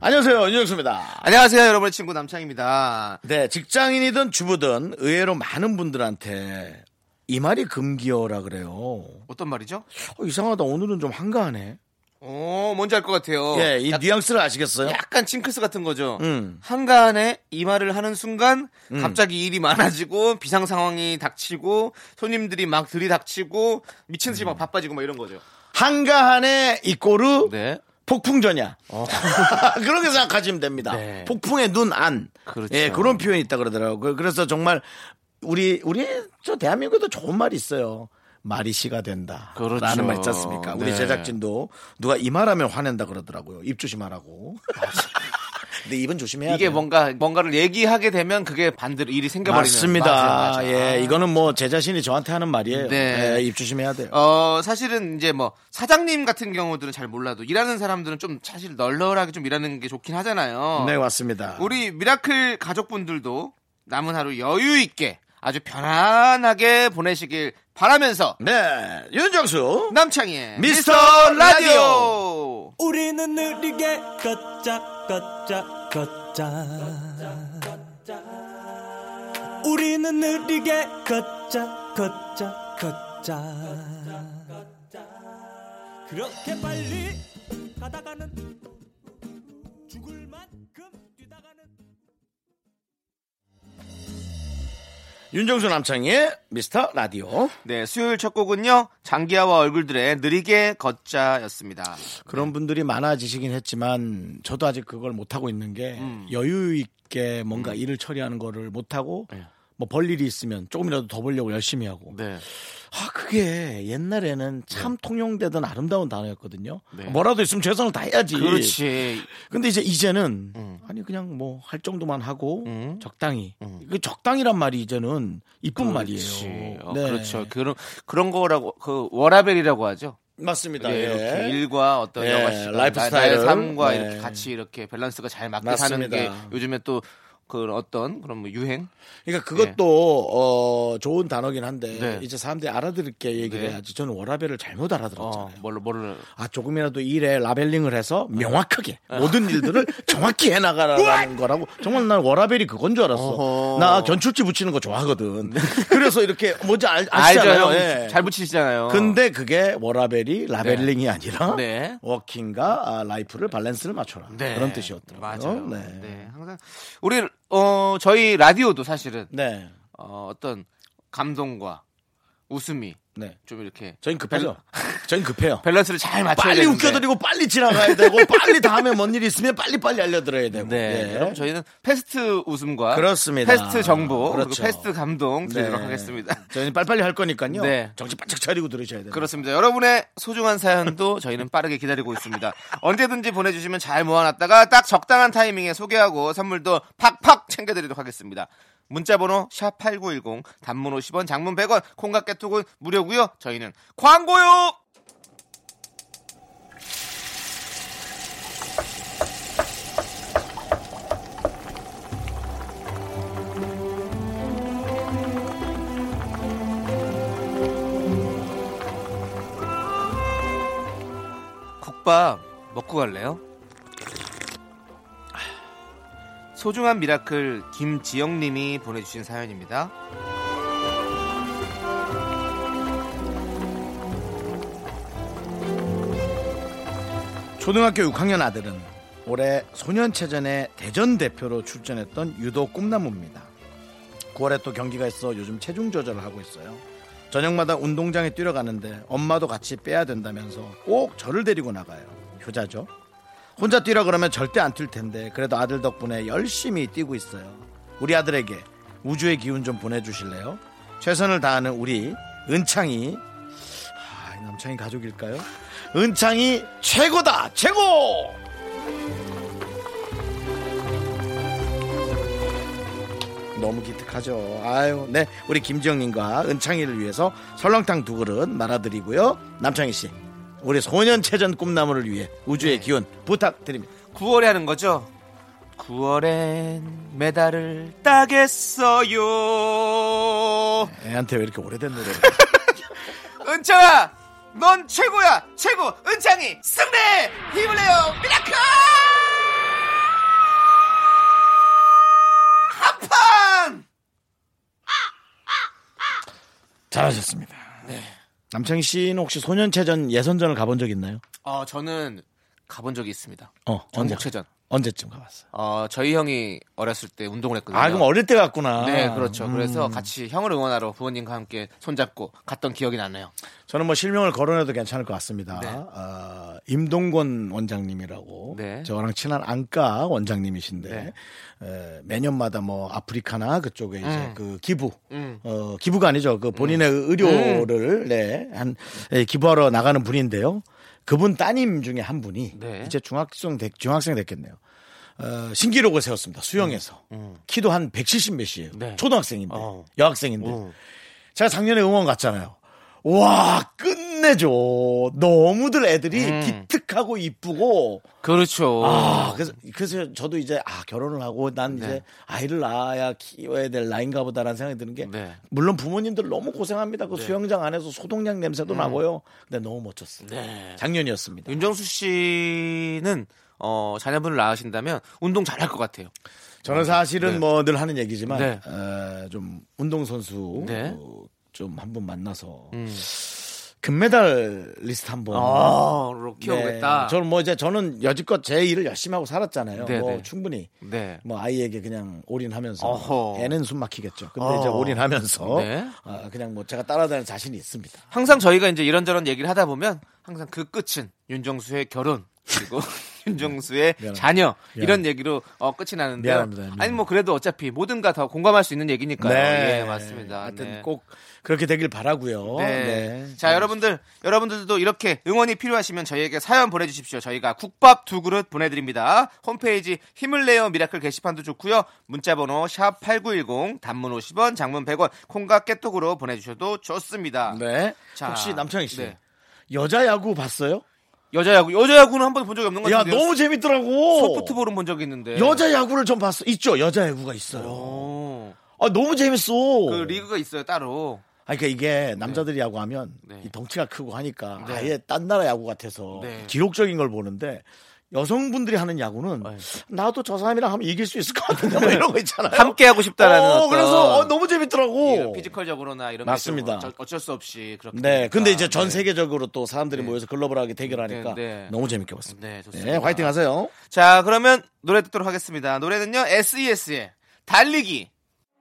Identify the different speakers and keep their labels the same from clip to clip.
Speaker 1: 안녕하세요. 윤정수입니다.
Speaker 2: 안녕하세요, 여러분의 친구 남창입니다.
Speaker 1: 네, 직장인이든 주부든 의외로 많은 분들한테 이 말이 금기어라 그래요.
Speaker 2: 어떤 말이죠?
Speaker 1: 어, 이상하다. 오늘은 좀 한가하네.
Speaker 2: 어, 뭔지 알 것 같아요.
Speaker 1: 예, 이
Speaker 2: 약-
Speaker 1: 뉘앙스를 아시겠어요?
Speaker 2: 약간 징크스 같은 거죠.
Speaker 1: 음.
Speaker 2: 한가한에 이 말을 하는 순간 갑자기 일이 많아지고 비상 상황이 닥치고 손님들이 막 들이닥치고 미친 듯이
Speaker 1: 음.
Speaker 2: 막 바빠지고 막 이런 거죠.
Speaker 1: 한가한에 이꼬르
Speaker 2: 네. 어.
Speaker 1: 폭풍전야. 그렇게 생각하시면 됩니다.
Speaker 2: 네.
Speaker 1: 폭풍의 눈 안.
Speaker 2: 그렇죠.
Speaker 1: 예, 그런 표현이 있다 그러더라고요. 그래서 정말 우리 우리 저 대한민국에도 좋은 말이 있어요. 말이 시가 된다.
Speaker 2: 그렇죠.
Speaker 1: 라는 말 있지 않습니까? 우리
Speaker 2: 네.
Speaker 1: 제작진도 누가 이 말하면 화낸다 그러더라고요. 입 조심하라고. 근데 입은 조심해야
Speaker 2: 이게
Speaker 1: 돼요.
Speaker 2: 뭔가 뭔가를 얘기하게 되면 그게 반대로 일이 생겨버리는
Speaker 1: 맞습니다.
Speaker 2: 맞아요, 맞아요.
Speaker 1: 예, 이거는 뭐 제 자신이 저한테 하는 말이에요.
Speaker 2: 네.
Speaker 1: 예, 입 조심해야 돼요.
Speaker 2: 어, 사실은 이제 뭐 사장님 같은 경우들은 잘 몰라도 일하는 사람들은 좀 사실 널널하게 좀 일하는 게 좋긴 하잖아요.
Speaker 1: 네, 맞습니다.
Speaker 2: 우리 미라클 가족분들도 남은 하루 여유 있게 아주 편안하게 보내시길 바라면서
Speaker 1: 네, 윤정수.
Speaker 2: 남창희의
Speaker 1: 미스터
Speaker 2: 미스터
Speaker 1: 라디오.
Speaker 2: 라디오
Speaker 3: 우리는 느리게 걷자 걷자 걷자 우리는 느리게 걷자 걷자 걷자 그렇게 빨리 가다가는 죽을 만큼 뛰다가는
Speaker 1: 윤정수 남창희의 미스터 라디오.
Speaker 2: 네, 수요일 첫 곡은요 장기하와 얼굴들의 느리게 걷자였습니다.
Speaker 1: 그런 분들이 많아지시긴 했지만 저도 아직 그걸 못 하고 있는 게
Speaker 2: 음.
Speaker 1: 여유 있게 뭔가 일을 처리하는 거를 못 하고 뭐 벌 일이 있으면 조금이라도 더 벌려고 열심히 하고
Speaker 2: 예. 네,
Speaker 1: 아 그게 옛날에는 참 통용되던 아름다운 단어였거든요. 뭐라도 있으면 최선을 다해야지.
Speaker 2: 네. 그렇지. 음.
Speaker 1: 근데 이제 이제는 아니 그냥 뭐 할 정도만 하고 적당히 그 적당이란 말이 이제는 이쁜
Speaker 2: 음. 그렇지.
Speaker 1: 말이에요. 네.
Speaker 2: 어, 그렇죠. 그런 그런 거라고 그 워라벨이라고 하죠.
Speaker 1: 맞습니다.
Speaker 2: 예,
Speaker 1: 예.
Speaker 2: 이렇게 일과 어떤
Speaker 1: 예,
Speaker 2: 여가 시간,
Speaker 1: 라이프
Speaker 2: 나-
Speaker 1: 스타일을.
Speaker 2: 나의 삶과
Speaker 1: 네.
Speaker 2: 이렇게 같이 이렇게 밸런스가 잘 맞게 사는
Speaker 1: 맞습니다.
Speaker 2: 게 요즘에 또 그 어떤 그런 뭐 유행
Speaker 1: 그러니까 그것도 어, 좋은 단어긴 한데
Speaker 2: 네.
Speaker 1: 이제 사람들이 알아들게 얘기를
Speaker 2: 네.
Speaker 1: 해야지 저는 워라벨을 잘못
Speaker 2: 어,
Speaker 1: 알아들었잖아요.
Speaker 2: 뭘로 뭐를
Speaker 1: 아 조금이라도 일에 라벨링을 해서 명확하게
Speaker 2: 어.
Speaker 1: 모든 일들을 정확히 해나가라는 거라고 정말 난 워라벨이 그건 줄 알았어.
Speaker 2: 어허. 네.
Speaker 1: 나 견출지 붙이는 거 좋아하거든. 그래서 이렇게 뭔지 알, 아시잖아요.
Speaker 2: 알죠, 형.
Speaker 1: 예.
Speaker 2: 잘 붙이시잖아요.
Speaker 1: 근데 그게 워라벨이 라벨링이 아니라
Speaker 2: 네.
Speaker 1: 워킹과 아, 라이프를 밸런스를 맞춰라
Speaker 2: 네.
Speaker 1: 그런 뜻이었더라고요.
Speaker 2: 맞아요. 네. 항상 우리 어 저희 라디오도 사실은
Speaker 1: 네.
Speaker 2: 어, 어떤 감동과 웃음이
Speaker 1: 네.
Speaker 2: 좀 이렇게
Speaker 1: 저희 급해요. 저희 급해요.
Speaker 2: 밸런스를 잘 맞춰야
Speaker 1: 빨리
Speaker 2: 되는데.
Speaker 1: 웃겨드리고 빨리 지나가야 되고 빨리 다음에 뭔 일이 있으면 빨리 빨리 알려드려야 되고.
Speaker 2: 네.
Speaker 1: 예.
Speaker 2: 여러분 저희는 패스트 웃음과
Speaker 1: 그렇습니다.
Speaker 2: 패스트 정보 그리고
Speaker 1: 그렇죠.
Speaker 2: 패스트 감동 드리도록
Speaker 1: 네.
Speaker 2: 하겠습니다.
Speaker 1: 저희는 빨리빨리 할 거니까요.
Speaker 2: 네.
Speaker 1: 정신 바짝 차리고 들으셔야 돼요.
Speaker 2: 그렇습니다. 여러분의 소중한 사연도 저희는 빠르게 기다리고 있습니다. 언제든지 보내주시면 잘 모아놨다가 딱 적당한 타이밍에 소개하고 선물도 팍팍 챙겨드리도록 하겠습니다. 문자번호 샵8910 단문 50원 장문 100원 콩깍개톡은 무료고요. 저희는 광고요. 국밥 먹고 갈래요? 소중한 미라클 김지영님이 보내주신 사연입니다.
Speaker 1: 초등학교 6학년 아들은 올해 소년체전에 대전 대표로 출전했던 유도 꿈나무입니다. 9월에 또 경기가 있어 요즘 체중 조절을 하고 있어요. 저녁마다 운동장에 뛰러 가는데 엄마도 같이 빼야 된다면서 꼭 저를 데리고 나가요. 효자죠. 혼자 뛰라 그러면 절대 안 뛸 텐데 그래도 아들 덕분에 열심히 뛰고 있어요. 우리 아들에게 우주의 기운 좀 보내주실래요? 최선을 다하는 우리 은창이 아, 이 남창이 가족일까요? 은창이 최고다 최고! 너무 기특하죠. 아유, 네. 우리 김지영님과 은창이를 위해서 설렁탕 두 그릇 말아드리고요. 남창희 씨, 우리 소년체전 꿈나무를 위해 우주의 기운 부탁드립니다.
Speaker 2: 9월에 하는 거죠? 9월엔 메달을 따겠어요.
Speaker 1: 애한테 왜 이렇게 오래된 노래?
Speaker 2: 은창아, 넌 최고야, 최고. 은창이 승리, 힘을 내요, 미라클. 한판.
Speaker 1: 잘하셨습니다. 네. 남창희 씨는 혹시 소년체전 예선전을 가본 적 있나요?
Speaker 2: 어, 저는 가본 적이 있습니다.
Speaker 1: 어, 언제?
Speaker 2: 전국체전.
Speaker 1: 언제쯤 가봤어요?
Speaker 2: 어, 저희 형이 어렸을 때 운동을 했거든요.
Speaker 1: 아, 그럼 어릴 아, 음. 때 갔구나.
Speaker 2: 네, 그렇죠. 그래서 같이 형을 응원하러 부모님과 함께 손잡고 갔던 기억이 나네요.
Speaker 1: 저는 뭐 실명을 거론해도 괜찮을 것 같습니다.
Speaker 2: 네.
Speaker 1: 아, 임동권 원장님이라고
Speaker 2: 네.
Speaker 1: 저랑 친한 안과 원장님이신데
Speaker 2: 네.
Speaker 1: 에, 매년마다 뭐 아프리카나 그쪽에 이제 그 기부
Speaker 2: 음.
Speaker 1: 어, 기부가 아니죠. 그 본인의 의료를 네, 한 예, 기부하러 나가는 분인데요. 그분 따님 중에 한 분이
Speaker 2: 네.
Speaker 1: 이제 중학생 됐, 중학생 됐겠네요. 어, 신기록을 세웠습니다. 수영에서 키도 한 170 몇이에요.
Speaker 2: 음, 네.
Speaker 1: 초등학생인데
Speaker 2: 어.
Speaker 1: 여학생인데 제가 작년에 응원 갔잖아요. 와 끝내줘. 너무들 애들이
Speaker 2: 음.
Speaker 1: 기특하고 이쁘고
Speaker 2: 그렇죠.
Speaker 1: 아 그래서 그래서 저도 이제 아 결혼을 하고 난
Speaker 2: 네.
Speaker 1: 이제 아이를 낳아야 키워야 될 나인가 보다라는 생각이 드는 게
Speaker 2: 네.
Speaker 1: 물론 부모님들 너무 고생합니다. 그 수영장 안에서 소독약 냄새도
Speaker 2: 음.
Speaker 1: 나고요. 근데 너무 멋졌어요. 작년이었습니다.
Speaker 2: 네. 윤정수 씨는 어, 자녀분을 낳으신다면 운동 잘할 것 같아요.
Speaker 1: 저는 사실은
Speaker 2: 네.
Speaker 1: 뭐 늘 하는 얘기지만
Speaker 2: 네.
Speaker 1: 어, 좀 운동 선수
Speaker 2: 네. 음.
Speaker 1: 좀 한 번 만나서 금메달 리스트 한번
Speaker 2: 아, 로
Speaker 1: 네.
Speaker 2: 키워보겠다.
Speaker 1: 저는 뭐 이제 저는 여지껏 제 일을 열심히 하고 살았잖아요.
Speaker 2: 네,
Speaker 1: 뭐
Speaker 2: 네.
Speaker 1: 충분히
Speaker 2: 네.
Speaker 1: 뭐 아이에게 그냥 올인하면서
Speaker 2: 어허.
Speaker 1: 애는 숨 막히겠죠. 근데
Speaker 2: 어.
Speaker 1: 이제 올인하면서
Speaker 2: 네.
Speaker 1: 아, 그냥 뭐 제가 따라다니는 자신이 있습니다.
Speaker 2: 항상 저희가 이제 이런저런 얘기를 하다 보면 항상 그 끝은 윤정수의 결혼 그리고 윤정수의
Speaker 1: 미안합니다.
Speaker 2: 자녀 이런
Speaker 1: 미안합니다.
Speaker 2: 얘기로 어, 끝이 나는데
Speaker 1: 미안합니다. 미안합니다.
Speaker 2: 아니 뭐 그래도 어차피 뭐든가 다 공감할 수 있는 얘기니까요.
Speaker 1: 네.
Speaker 2: 예, 맞습니다.
Speaker 1: 하여튼
Speaker 2: 네.
Speaker 1: 꼭 그렇게 되길 바라고요.
Speaker 2: 네.
Speaker 1: 네.
Speaker 2: 자, 여러분들, 여러분들도 이렇게 응원이 필요하시면 저희에게 사연 보내주십시오. 저희가 국밥 두 그릇 보내드립니다. 홈페이지 힘을 내요 미라클 게시판도 좋고요. 문자번호 샵 #8910 단문 50원, 장문 100원, 콩과 깨톡으로 보내주셔도 좋습니다.
Speaker 1: 네.
Speaker 2: 자,
Speaker 1: 혹시 남창희 씨
Speaker 2: 네.
Speaker 1: 여자 야구 봤어요?
Speaker 2: 여자야구, 여자야구는 한 번 본 적이 없는 것
Speaker 1: 야
Speaker 2: 같은데요.
Speaker 1: 너무 재밌더라고. 네.
Speaker 2: 소프트볼은 본 적이 있는데.
Speaker 1: 여자 야구를 좀 봤어. 있죠. 여자 야구가 있어요.
Speaker 2: 오,
Speaker 1: 아 너무 재밌어.
Speaker 2: 그 리그가 있어요 따로.
Speaker 1: 아니, 그러니까 이게 남자들이 야구하면
Speaker 2: 네.
Speaker 1: 이 덩치가 크고 하니까
Speaker 2: 네.
Speaker 1: 아예 딴 나라 야구 같아서
Speaker 2: 네.
Speaker 1: 기록적인 걸 보는데 여성분들이 하는 야구는
Speaker 2: 네.
Speaker 1: 나도 저 사람이랑 하면 이길 수 있을 것 같은데 뭐 이런 거 있잖아요.
Speaker 2: 함께 하고 싶다라는.
Speaker 1: 어,
Speaker 2: 어떤
Speaker 1: 그래서 어, 너무 재밌더라고.
Speaker 2: 예, 피지컬적으로나 이런
Speaker 1: 맞습니다.
Speaker 2: 게 좀 어쩔- 어쩔 수 없이 그렇게
Speaker 1: 네, 근데 이제 전
Speaker 2: 되니까. 네.
Speaker 1: 세계적으로 또 사람들이
Speaker 2: 네.
Speaker 1: 모여서 글로벌하게 대결하니까
Speaker 2: 네, 네.
Speaker 1: 너무 재밌게 봤습니다.
Speaker 2: 네,
Speaker 1: 네,
Speaker 2: 좋습니다.
Speaker 1: 화이팅 하세요.
Speaker 2: 자, 그러면 노래 듣도록 하겠습니다. 노래는요, SES의 달리기.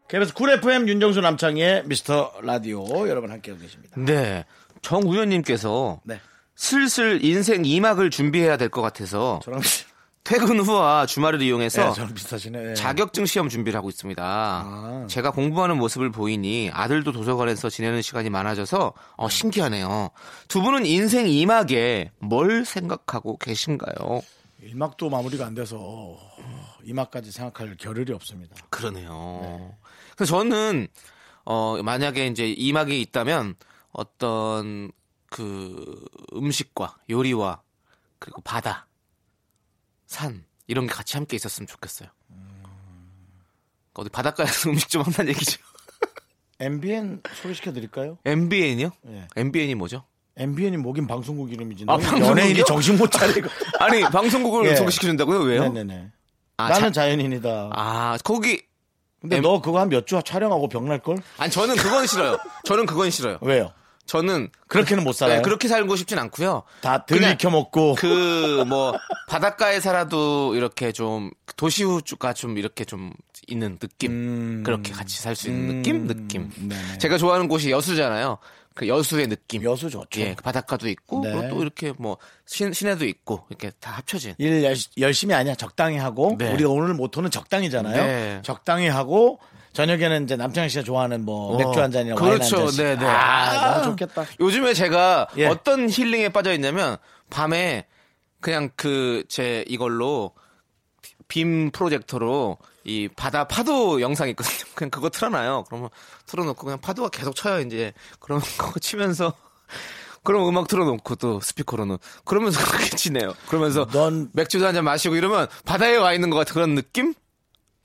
Speaker 1: KBS 쿨 FM 윤정수 남창의 미스터 라디오 여러분 함께하고 계십니다.
Speaker 2: 네. 정우현님께서
Speaker 1: 네,
Speaker 2: 슬슬 인생 2막을 준비해야 될 것 같아서
Speaker 1: 저랑 비-
Speaker 2: 퇴근 후와 주말을 이용해서
Speaker 1: 네, 저랑 비슷하시네. 예.
Speaker 2: 자격증 시험 준비를 하고 있습니다. 제가 공부하는 모습을 보이니 아들도 도서관에서 지내는 시간이 많아져서 어, 신기하네요. 두 분은 인생 2막에 뭘 생각하고 계신가요?
Speaker 1: 일막도 마무리가 안 돼서 어, 이막까지 생각할 겨를이 없습니다.
Speaker 2: 그러네요. 그래서 저는 어 만약에 이제 이막이 있다면 어떤 그 음식과 요리와 그리고 바다, 산 이런 게 같이 함께 있었으면 좋겠어요.
Speaker 1: 음.
Speaker 2: 어디 바닷가에서 음식 좀 한다는 얘기죠.
Speaker 1: MBN 소개시켜 드릴까요?
Speaker 2: MBN이요?
Speaker 1: 예.
Speaker 2: MBN이 뭐죠?
Speaker 1: MBN이 뭐긴 방송국 이름이지.
Speaker 2: 아,
Speaker 1: 너희
Speaker 2: 방송국이요?
Speaker 1: 연예인이 정신 못 차리고.
Speaker 2: 아니 방송국을
Speaker 1: 예.
Speaker 2: 소개시켜준다고요? 왜요?
Speaker 1: 네네네.
Speaker 2: 아,
Speaker 1: 나는
Speaker 2: 자-
Speaker 1: 자, 연인이다
Speaker 2: 아 거기
Speaker 1: 근데
Speaker 2: M-
Speaker 1: 너 그거 한 몇 주 촬영하고 병날 걸?
Speaker 2: 아니 저는 그건 싫어요. 저는 그건 싫어요.
Speaker 1: 왜요?
Speaker 2: 저는
Speaker 1: 그렇게는 못 살아요.
Speaker 2: 네, 그렇게 살고 싶진 않고요.
Speaker 1: 다 들이켜 먹고.
Speaker 2: 그 뭐 바닷가에 살아도 이렇게 좀 도시후가 좀 이렇게 좀 있는 느낌 그렇게 같이 살 수 있는 느낌 느낌
Speaker 1: 음. 네네.
Speaker 2: 제가 좋아하는 곳이 여수잖아요 그 여수의 느낌
Speaker 1: 여수 좋죠.
Speaker 2: 예, 그 바닷가도 있고
Speaker 1: 네.
Speaker 2: 그리고 또 이렇게 뭐 시, 시내도 있고 이렇게 다 합쳐진
Speaker 1: 일 열- 열심히 아니야 적당히 하고
Speaker 2: 네.
Speaker 1: 우리 오늘 모토는 적당이잖아요.
Speaker 2: 네.
Speaker 1: 적당히 하고 저녁에는 이제 남창희 씨가 좋아하는 뭐
Speaker 2: 어,
Speaker 1: 맥주 한 잔이나
Speaker 2: 그렇죠.
Speaker 1: 와인 한 잔씩.
Speaker 2: 네네.
Speaker 1: 아, 너무 좋겠다.
Speaker 2: 요즘에 제가
Speaker 1: 예.
Speaker 2: 어떤 힐링에 빠져 있냐면 밤에 그냥 그 제 이걸로 빔 프로젝터로 이 바다 파도 영상이 있거든요. 그냥 그거 틀어놔요. 그러면 틀어놓고 그냥 파도가 계속 쳐요. 이제 그러면 그거 치면서 그럼 음악 틀어놓고 또 스피커로는 그러면서 그렇게 치네요. 그러면서
Speaker 1: 넌-
Speaker 2: 맥주도 한 잔 마시고 이러면 바다에 와 있는 것 같은 그런 느낌?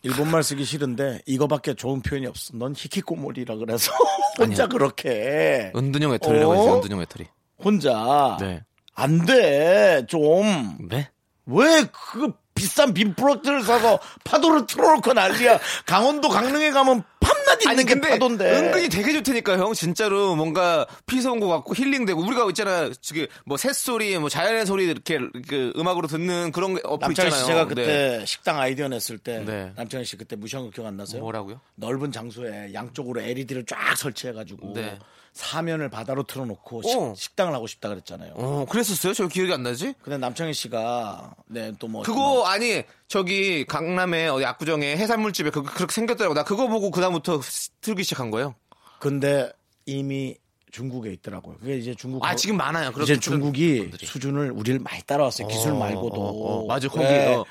Speaker 1: 일본말 쓰기 싫은데 이거밖에 좋은 표현이 없어. 넌 히키코모리라 그래서 혼자 그렇게
Speaker 2: 은둔형 외톨이라고 했어요.
Speaker 1: 어? 아,
Speaker 2: 은둔형 외톨이.
Speaker 1: 혼자
Speaker 2: 네.
Speaker 1: 안 돼. 좀
Speaker 2: 네?
Speaker 1: 왜 그 비싼 빔프로트를 사서 파도를 틀어놓고 난리야. 강원도 강릉에 가면 밤낮 있는 게 파도인데.
Speaker 2: 은근히 되게 좋다니까 형 진짜로 뭔가 피서 온 것 같고 힐링되고 우리가 있잖아 저기 뭐 새소리 뭐 자연의 소리 이렇게 그 음악으로 듣는 그런 게 어플
Speaker 1: 남창희
Speaker 2: 있잖아요
Speaker 1: 씨 제가
Speaker 2: 네.
Speaker 1: 그때 식당 아이디어 냈을 때
Speaker 2: 네.
Speaker 1: 남창희 씨 그때 무시한 거 기억 안 나세요?
Speaker 2: 뭐라고요?
Speaker 1: 넓은 장소에 양쪽으로 LED를 쫙 설치해가지고
Speaker 2: 네.
Speaker 1: 사면을 바다로 틀어놓고
Speaker 2: 오.
Speaker 1: 식, 당을 하고 싶다 그랬잖아요.
Speaker 2: 어 그랬었어요? 저 기억이 안 나지?
Speaker 1: 근데 남창희 씨가 네 또뭐
Speaker 2: 그거 아니 저기 강남에 어디 압구정에 해산물집에 그거 그렇게 생겼더라고 나 그거 보고 그다음부터 시- 틀기 시작한 거예요
Speaker 1: 근데 이미 중국에 있더라고요. 그게 이제 중국
Speaker 2: 아 지금 많아요
Speaker 1: 이제
Speaker 2: 그렇게 틀-
Speaker 1: 중국이
Speaker 2: 분들이.
Speaker 1: 수준을 우리를 많이 따라왔어요. 기술
Speaker 2: 어,
Speaker 1: 말고도.
Speaker 2: 어, 어. 맞아, 거기,
Speaker 1: 네.
Speaker 2: 어.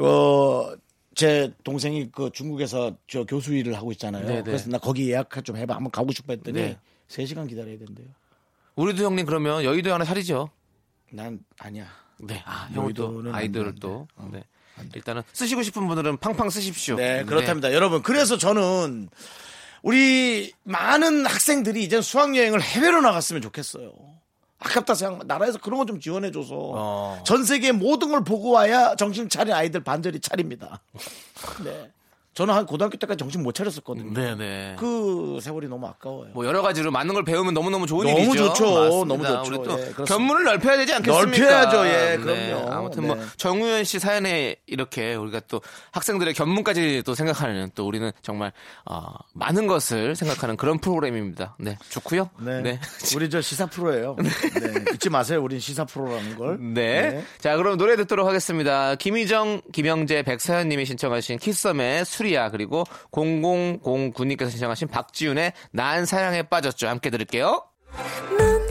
Speaker 1: 어, 제 동생이 그 중국에서 저 교수 일을 하고 있잖아요.
Speaker 2: 네, 네.
Speaker 1: 그래서 나 거기 예약 좀 해봐. 한번 가고 싶어 했더니
Speaker 2: 네.
Speaker 1: 3시간 기다려야 된대요.
Speaker 2: 우리도 형님 그러면 여의도 하나 사리죠
Speaker 1: 난 아니야.
Speaker 2: 네, 아,
Speaker 1: 여의도는
Speaker 2: 형도
Speaker 1: 안
Speaker 2: 아이들을
Speaker 1: 되는데.
Speaker 2: 또. 네. 일단은 쓰시고 싶은 분들은 팡팡 쓰십시오.
Speaker 1: 네, 그렇답니다. 여러분, 그래서 저는 우리 많은 학생들이 이제 수학여행을 해외로 나갔으면 좋겠어요. 아깝다 생각, 나라에서 그런 거 좀 지원해줘서
Speaker 2: 어.
Speaker 1: 전 세계 모든 걸 보고 와야 정신 차린 아이들 반절이 차립니다. 네. 저는 한 고등학교 때까지 정신 못 차렸었거든요.
Speaker 2: 네, 네.
Speaker 1: 그 세월이 너무 아까워요.
Speaker 2: 뭐 여러 가지로 많은 걸 배우면 너무너무 좋은
Speaker 1: 너무
Speaker 2: 일이죠.
Speaker 1: 좋죠.
Speaker 2: 맞습니다.
Speaker 1: 너무 좋죠.
Speaker 2: 우리 또
Speaker 1: 예, 그렇습니다.
Speaker 2: 견문을 넓혀야 되지 않겠습니까?
Speaker 1: 넓혀야죠. 예,
Speaker 2: 네,
Speaker 1: 그럼요.
Speaker 2: 아무튼 뭐
Speaker 1: 네.
Speaker 2: 정우현 씨 사연에 이렇게 우리가 또 학생들의 견문까지 또 생각하는 또 우리는 정말 어, 많은 것을 생각하는 그런 프로그램입니다. 네, 좋고요.
Speaker 1: 네. 우리 저 시사 프로예요. 네. 잊지 마세요. 우린 시사 프로라는 걸.
Speaker 2: 네. 자, 그럼 노래 듣도록 하겠습니다. 김희정, 김영재, 백서연님이 신청하신 키썸의 수리야, 그리고 0009님께서 신청하신 박지윤의 난 사랑에 빠졌죠. 함께 들을게요.
Speaker 4: 넌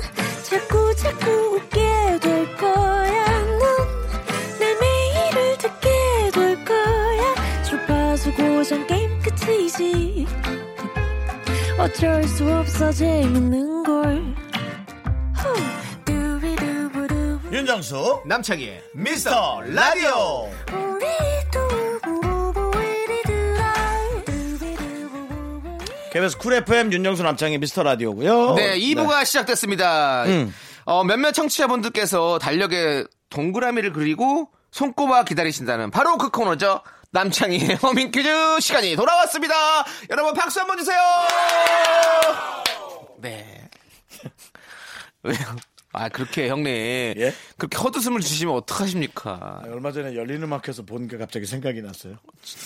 Speaker 4: 자꾸 자꾸 웃게 될 거야. 넌내 매일을 듣게 될 거야. 주파수 고정 게임 끝이지. 어쩔 수 없어 재밌는 걸. 후. 두비두부두.
Speaker 1: 윤정수,
Speaker 2: 남창희의
Speaker 1: 미스터 라디오.
Speaker 4: 우리 두부부부 우리 두라. 두비두부부부.
Speaker 1: KBS 쿨 FM 윤정수 남창의 미스터 라디오고요.
Speaker 2: 네, 2부가 시작됐습니다. 어, 몇몇 청취자분들께서 달력에 동그라미를 그리고 손꼽아 기다리신다는 바로 그 코너죠. 남창희의 허밍 퀴즈 시간이 돌아왔습니다. 여러분 박수 한번 주세요. 네. 왜요? 아, 그렇게 형님.
Speaker 1: 예?
Speaker 2: 그렇게 헛웃음을 주시면 어떡하십니까?
Speaker 1: 아, 얼마 전에 열린 음악에서 본 게 갑자기 생각이 났어요.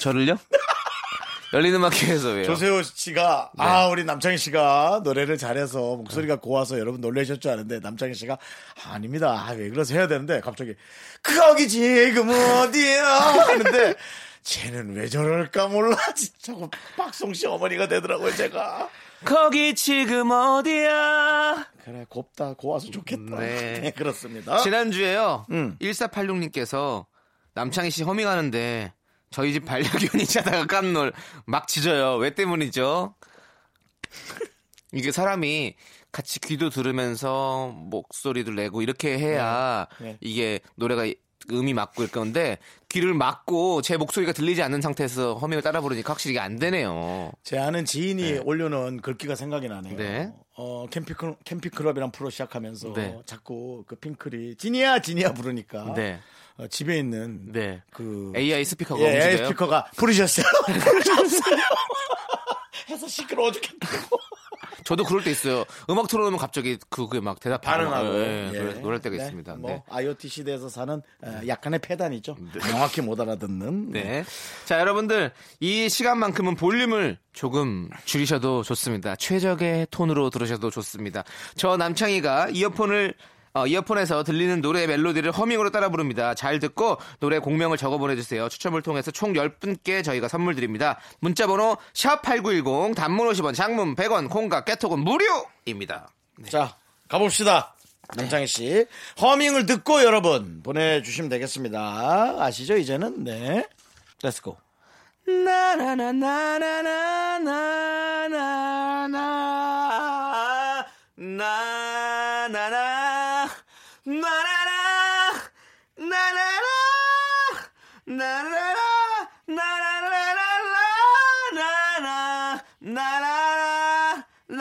Speaker 2: 저를요? 열리는 마켓에서 왜요?
Speaker 1: 조세호 씨가
Speaker 2: 네.
Speaker 1: 아 우리 남창희 씨가 노래를 잘해서 목소리가 고와서 여러분 놀라셨 줄 아는데 남창희 씨가 아닙니다. 아, 왜 그러세요 해야 되는데 갑자기 거기 지금 어디야 하는데 쟤는 왜 저럴까 몰라 진짜 고 박송 씨 어머니가 되더라고요 제가
Speaker 2: 거기 지금 어디야?
Speaker 1: 그래 곱다 고와서 좋겠다
Speaker 2: 네.
Speaker 1: 네, 그렇습니다
Speaker 2: 지난주에요.
Speaker 1: 음.
Speaker 2: 1486님께서 남창희 씨 허밍하는데 저희 집 반려견이 자다가 깜놀 막 짖어요. 왜 때문이죠? 이게 사람이 같이 귀도 들으면서 목소리도 내고 이렇게 해야
Speaker 1: 네, 네.
Speaker 2: 이게 노래가 음이 맞고 일 건데 귀를 막고 제 목소리가 들리지 않는 상태에서 허밍을 따라 부르니까 확실히 이게 안 되네요.
Speaker 1: 제 아는 지인이 올려놓은 글귀가 생각이 나네요.
Speaker 2: 네.
Speaker 1: 어, 캠핑클, 캠핑클럽이랑 프로 시작하면서
Speaker 2: 네.
Speaker 1: 자꾸 그 핑클이 지니야, 지니야 부르니까
Speaker 2: 네.
Speaker 1: 어, 집에 있는
Speaker 2: 네.
Speaker 1: 그
Speaker 2: AI 스피커가
Speaker 1: 예,
Speaker 2: 움직여요.
Speaker 1: AI 스피커가 부르셨어요? 부르셨어요? 해서 시끄러워 죽겠다고.
Speaker 2: 저도 그럴 때 있어요. 음악 틀어놓으면 갑자기 그게 막 대답
Speaker 1: 반응하고.
Speaker 2: 예,
Speaker 1: 예.
Speaker 2: 그래- 그럴 때가
Speaker 1: 네,
Speaker 2: 있습니다.
Speaker 1: 뭐,
Speaker 2: 네.
Speaker 1: IoT 시대에서 사는 어, 약간의 패단이죠. 명확히 못 알아듣는.
Speaker 2: 네. 자, 여러분들 이 시간만큼은 볼륨을 조금 줄이셔도 좋습니다. 최적의 톤으로 들으셔도 좋습니다. 저 남창희가 이어폰을 어, 이어폰에서 들리는 노래의 멜로디를 허밍으로 따라 부릅니다. 잘 듣고 노래 공명을 적어 보내주세요. 추첨을 통해서 총 10분께 저희가 선물 드립니다. 문자번호 샵8910 단문 50원 장문 100원 콩과 깨톡은 무료입니다.
Speaker 1: 자, 가봅시다. 남창희 씨. 허밍을 듣고 여러분 보내주시면 되겠습니다. 아시죠? 이제는? 네. 렛츠고.
Speaker 2: 난 사랑에 나나나나나나나나 나나나 나나나 나나나 나나나 나나나나나나 나나나 나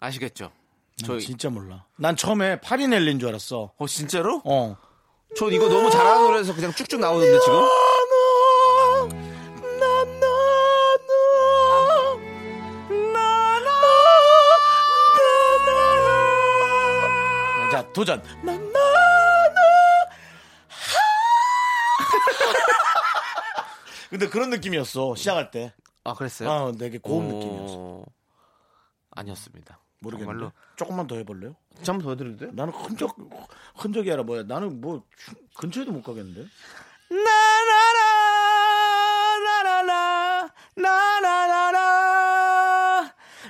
Speaker 2: 아시겠죠?
Speaker 1: 난
Speaker 2: 저희
Speaker 1: 진짜 몰라. 난 처음에 파리 넬린 줄 알았어.
Speaker 2: 어 진짜로? 어.
Speaker 1: 어.
Speaker 2: 전 이거 너무 잘하는 노래에서 그냥 쭉쭉 나오던데 지금.
Speaker 1: 자, 도전. 근데 그런 느낌이었어. 시작할 때.
Speaker 2: 아 그랬어요?
Speaker 1: 아, 되게 고음
Speaker 2: 어,
Speaker 1: 느낌이었어.
Speaker 2: 아니었습니다.
Speaker 1: 모르겠는데.
Speaker 2: 정말로
Speaker 1: 조금만 더 해볼래요?
Speaker 2: 잠더 해드릴게요.
Speaker 1: 나는 흔적 흔적이 알아 뭐야. 나는 뭐 근처에도 못 가겠는데.
Speaker 2: 나나나 나나나나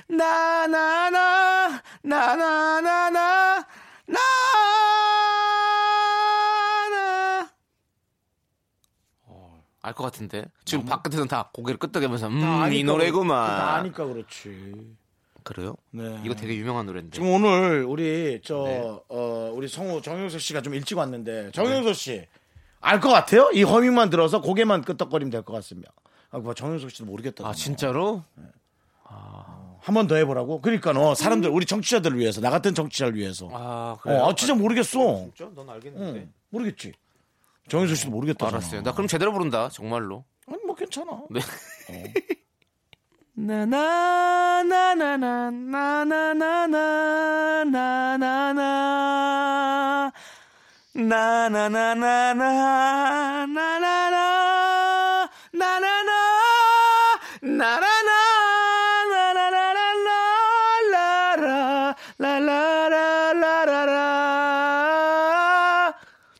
Speaker 2: 나나나 나나나나 나나 어, 알것 같은데 지금 바깥에서는 다 고개를 끄덕이면서
Speaker 1: 다
Speaker 2: 음이
Speaker 1: 아니까 그렇- 다
Speaker 2: 노래구만
Speaker 1: 아니까 그렇지.
Speaker 2: 그래요?
Speaker 1: 네.
Speaker 2: 이거 되게 유명한 노래인데
Speaker 1: 지금 오늘 우리 저
Speaker 2: 네.
Speaker 1: 어, 우리 성우 정영석 씨가 좀 일찍 왔는데 정영석 씨 알 것 같아요? 이 허밍만 들어서 고개만 끄덕거리면 될 것 같습니다. 아, 뭐 정영석 씨도 모르겠다.
Speaker 2: 아 진짜로?
Speaker 1: 한번 더 해보라고. 그러니까 어, 사람들 우리 정치자들을 위해서 나 같은 정치자를 위해서.
Speaker 2: 아 그래요?
Speaker 1: 어, 아, 진짜 모르겠어.
Speaker 2: 진짜? 넌 알겠는데
Speaker 1: 응, 모르겠지. 정영석 씨도 모르겠다.
Speaker 2: 알았어요 나 그럼 제대로 부른다 정말로
Speaker 1: 아니 뭐 괜찮아.
Speaker 2: 네.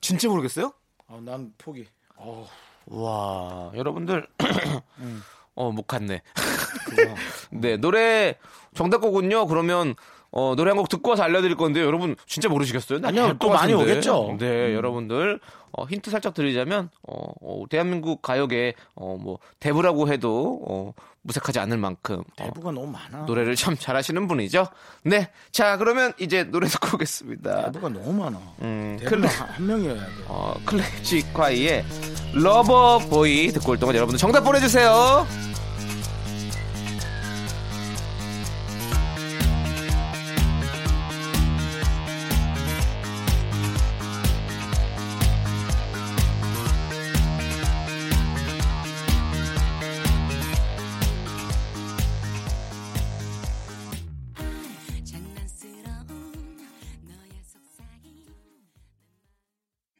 Speaker 2: 진짜 모르겠어요?
Speaker 1: 아, 난 포기.
Speaker 2: 와 여러분들
Speaker 1: 음.
Speaker 2: 어못 갔네 네 노래 정답곡은요 그러면 어, 노래 한 곡 듣고 와서 알려드릴 건데 여러분 진짜 모르시겠어요? 나
Speaker 1: 아니요,
Speaker 2: 갈것
Speaker 1: 또 많이
Speaker 2: 같은데.
Speaker 1: 오겠죠? 음.
Speaker 2: 네 여러분들 어, 힌트 살짝 드리자면 어, 어, 대한민국 가요계 어, 뭐 대부라고 해도 어, 무색하지 않을 만큼 어,
Speaker 1: 대부가 너무 많아.
Speaker 2: 노래를 참 잘하시는 분이죠 네자 그러면 이제 노래 듣고 오겠습니다
Speaker 1: 대부가 너무 많아.
Speaker 2: 음,
Speaker 1: 대부가 한, 한 명이어야 돼.
Speaker 2: 어, 클래식 과이의 러버보이 듣고 올 동안 여러분들 정답 보내주세요.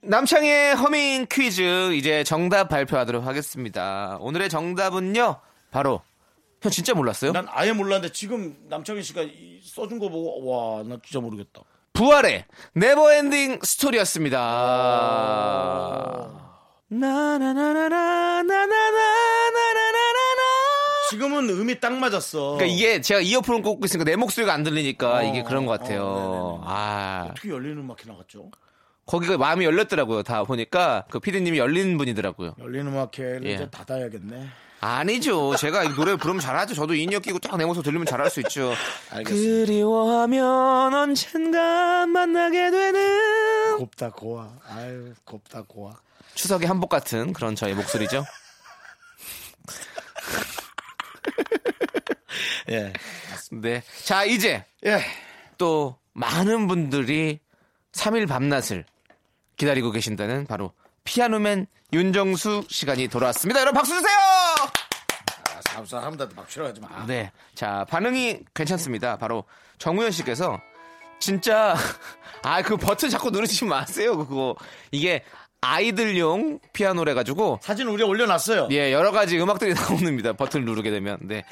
Speaker 2: 남창희의 허밍 퀴즈 이제 정답 발표하도록 하겠습니다. 오늘의 정답은요. 바로 형 진짜 몰랐어요?
Speaker 1: 난 아예 몰랐는데 지금 남창희 씨가 이- 써준 거 보고 와 나 진짜 모르겠다.
Speaker 2: 부활의 네버엔딩
Speaker 1: 어.
Speaker 2: 스토리였습니다. 나나나나나나나나나나나
Speaker 1: 지금은 음이 딱 맞았어.
Speaker 2: 그러니까 이게 제가 이어폰을 꽂고 있으니까 내 목소리가 안 들리니까
Speaker 1: 어,
Speaker 2: 이게 그런 것
Speaker 1: 어,
Speaker 2: 같아요.
Speaker 1: 네네네.
Speaker 2: 아
Speaker 1: 어떻게 열리는 음악이 나갔죠?
Speaker 2: 거기가 마음이 열렸더라고요. 다 보니까 그 피디님이 열린 분이더라고요.
Speaker 1: 열리는 음악회를
Speaker 2: 예.
Speaker 1: 이제 닫아야겠네.
Speaker 2: 아니죠. 제가 이 노래 부르면 잘하죠. 저도 인력 끼고 딱 내 모습 들리면 잘할 수 있죠. 그
Speaker 1: 알겠습니다.
Speaker 2: 그리워하면 언젠가 만나게 되는
Speaker 1: 곱다 고와. 아유 곱다 고와.
Speaker 2: 추석의 한복 같은 그런 저의 목소리죠.
Speaker 1: 예.
Speaker 2: 네. 자 이제
Speaker 1: 예.
Speaker 2: 또 많은 분들이 3일 밤낮을 기다리고 계신다는 바로 피아노맨 윤정수 시간이 돌아왔습니다. 여러분 박수 주세요!
Speaker 1: 아, 사람 사람들한테 막치러 하지 마.
Speaker 2: 네. 자, 반응이 괜찮습니다. 바로 정우현 씨께서 진짜 아, 그 버튼 자꾸 누르지 마세요. 그거. 이게 아이들용 피아노래 가지고
Speaker 1: 사진 우리 올려놨어요.
Speaker 2: 예, 여러 가지 음악들이 나옵니다. 버튼을 누르게 되면. 네.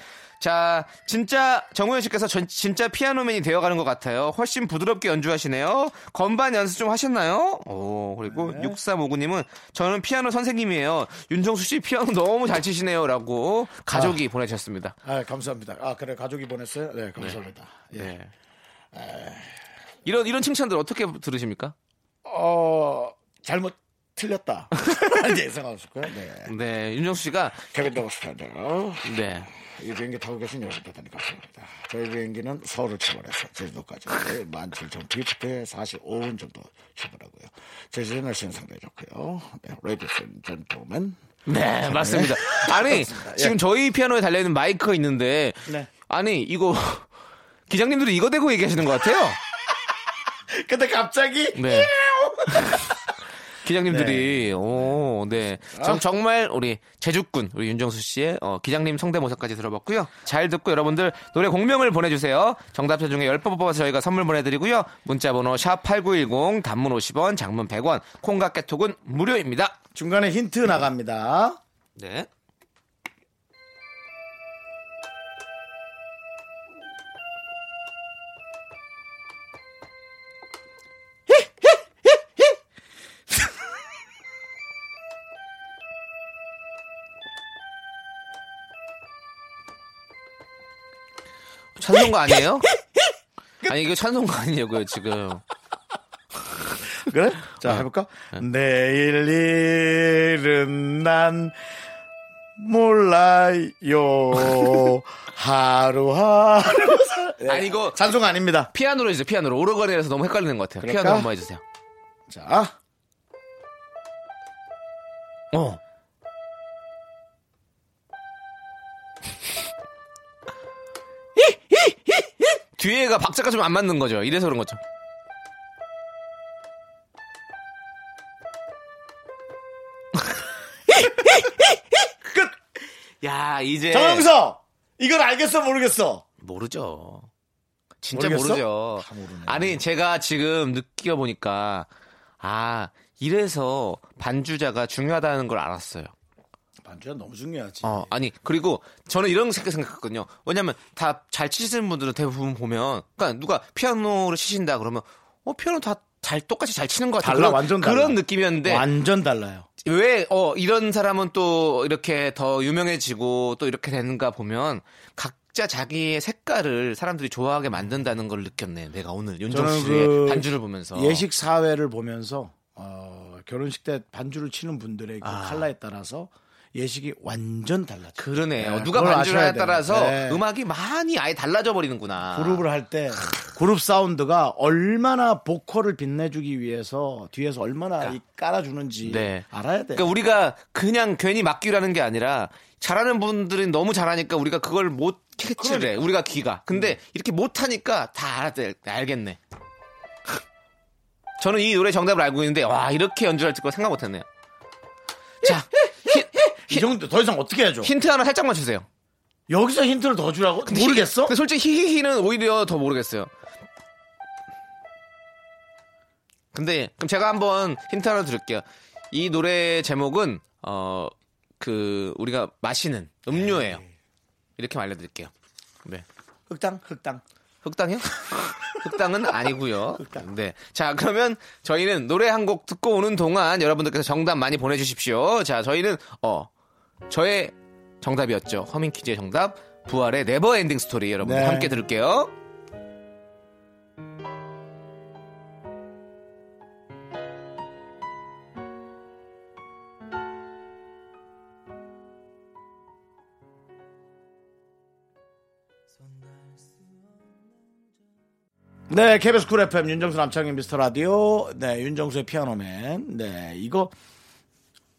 Speaker 2: 자, 진짜 정우현 씨께서 전- 진짜 피아노맨이 되어가는 것 같아요. 훨씬 부드럽게 연주하시네요. 건반 연습 좀 하셨나요? 오, 그리고 6359님은 저는 피아노 선생님이에요. 윤정수 씨 피아노 너무 잘 치시네요. 라고 가족이 보내셨습니다.
Speaker 1: 아 감사합니다. 아 그래 가족이 보냈어요. 네 감사합니다. 예.
Speaker 2: 네. 이런, 이런 칭찬들 어떻게 들으십니까?
Speaker 1: 어 잘못 틀렸다. 이제 생각하실 거예요. 네.
Speaker 2: 네, 윤정수 씨가
Speaker 1: 케빈 더스타인데요.
Speaker 2: 네.
Speaker 1: 이 비행기 타고 계신 여섯 대단히 감사합니다. 저희 비행기는 서울을 출발해서 제주도까지 17,000피트에 45분 정도 출발하고요. 제주도 날씨는 상당히 좋고요. 네, 레디스 젠틀맨.
Speaker 2: 네, 맞습니다. 예. 아니, 지금 저희 피아노에 달려있는 마이크가 있는데,
Speaker 1: 네.
Speaker 2: 아니, 이거, 기장님들이 이거 대고 얘기하시는 것 같아요.
Speaker 1: 근데 갑자기
Speaker 2: 네. 기장님들이, 오, 네. 정, 정말 우리 제주꾼, 우리 윤정수 씨의 어, 기장님 성대모사까지 들어봤고요. 잘 듣고 여러분들 노래 공명을 보내주세요. 정답자 중에 10번 뽑아서 저희가 선물 보내드리고요. 문자번호 샵8910, 단문 50원, 장문 100원, 콩과 깨톡은 무료입니다.
Speaker 1: 중간에 힌트 나갑니다.
Speaker 2: 네. 찬송가 아니에요? 아니 이거 찬송가 아니냐고요 지금
Speaker 1: 그래?
Speaker 2: 어.
Speaker 1: 자, 해볼까?
Speaker 2: 네.
Speaker 1: 내일 일은 난 몰라요. 하루하루. 살-
Speaker 2: 아니, 이거-
Speaker 1: 찬송 아닙니다.
Speaker 2: 피아노로 해주세요 피아노로 오르간이라서 너무 헷갈리는 것 같아요
Speaker 1: 그럴까?
Speaker 2: 피아노 한번 해주세요
Speaker 1: 자,
Speaker 2: 어. 뒤에가 박자가 좀 안 맞는 거죠. 이래서 그런 거죠. 끝. 야 이제
Speaker 1: 정영석! 이걸 알겠어, 모르겠어?
Speaker 2: 모르죠. 진짜
Speaker 1: 모르겠어?
Speaker 2: 모르죠.
Speaker 1: 다 모르네.
Speaker 2: 아니 제가 지금 느껴 보니까 아 이래서 반주자가 중요하다는 걸 알았어요.
Speaker 1: 반주가 너무 중요하지.
Speaker 2: 어, 아니 그리고 저는 이런 생각 생각했거든요. 왜냐면 다 잘 치시는 분들은 대부분 보면, 그러니까 누가 피아노를 치신다 그러면 어 피아노 다 잘 똑같이 잘 치는 것 같아.
Speaker 1: 달라,
Speaker 2: 그런,
Speaker 1: 완전 달라.
Speaker 2: 그런 느낌이었는데
Speaker 1: 완전 달라요.
Speaker 2: 왜 어 이런 사람은 또 이렇게 더 유명해지고 또 이렇게 되는가 보면 각자 자기의 색깔을 사람들이 좋아하게 만든다는 걸 느꼈네. 내가 오늘
Speaker 1: 저는
Speaker 2: 윤정수 씨의
Speaker 1: 그
Speaker 2: 반주를 보면서
Speaker 1: 예식 사회를 보면서 어, 결혼식 때 반주를 치는 분들의 그
Speaker 2: 아.
Speaker 1: 컬러에 따라서 예식이 완전 달라요.
Speaker 2: 그러네요.
Speaker 1: 네,
Speaker 2: 누가
Speaker 1: 그걸
Speaker 2: 반주를
Speaker 1: 아셔야
Speaker 2: 하에 따라서
Speaker 1: 돼요. 네.
Speaker 2: 음악이 많이 아예 달라져 버리는구나.
Speaker 1: 그룹을 할 때 그룹 사운드가 얼마나 보컬을 빛내주기 위해서 뒤에서 얼마나 이 깔아주는지
Speaker 2: 그러니까. 네.
Speaker 1: 알아야 돼.
Speaker 2: 그러니까
Speaker 1: 요
Speaker 2: 우리가 그냥 괜히 맡기라는 게 아니라 잘하는 분들은 너무 잘하니까 우리가 그걸 못 캐치를 해. 우리가 귀가. 근데 이렇게 못 하니까 다 알았대. 알겠네. 저는 이 노래 정답을 알고 있는데 와 이렇게 연주할 줄 생각 못 했네요. 자
Speaker 1: 이 정도 더 이상 어떻게 해줘?
Speaker 2: 힌트 하나 살짝만 주세요.
Speaker 1: 여기서 힌트를 더 주라고?
Speaker 2: 근데 히-
Speaker 1: 그 모르겠어?
Speaker 2: 근데 솔직히 히히히는 오히려 더 모르겠어요. 근데 그럼 제가 한번 힌트 하나 드릴게요. 이 노래 제목은 어 그 우리가 마시는 음료예요.
Speaker 1: 네.
Speaker 2: 이렇게 알려드릴게요. 네.
Speaker 1: 흑당, 흑당.
Speaker 2: 흑당이요? 흑당은 아니고요. 네. 자, 그러면 저희는 노래 한 곡 듣고 오는 동안 여러분들께서 정답 많이 보내 주십시오. 자, 저희는 어 저의 정답이었죠. 허밍 퀴즈의 정답. 부활의 네버 엔딩 스토리 여러분들
Speaker 1: 네.
Speaker 2: 함께 들을게요.
Speaker 1: 네, KBS 쿨 FM 윤정수 남창희 미스터 라디오. 네, 윤정수의 피아노맨. 네, 이거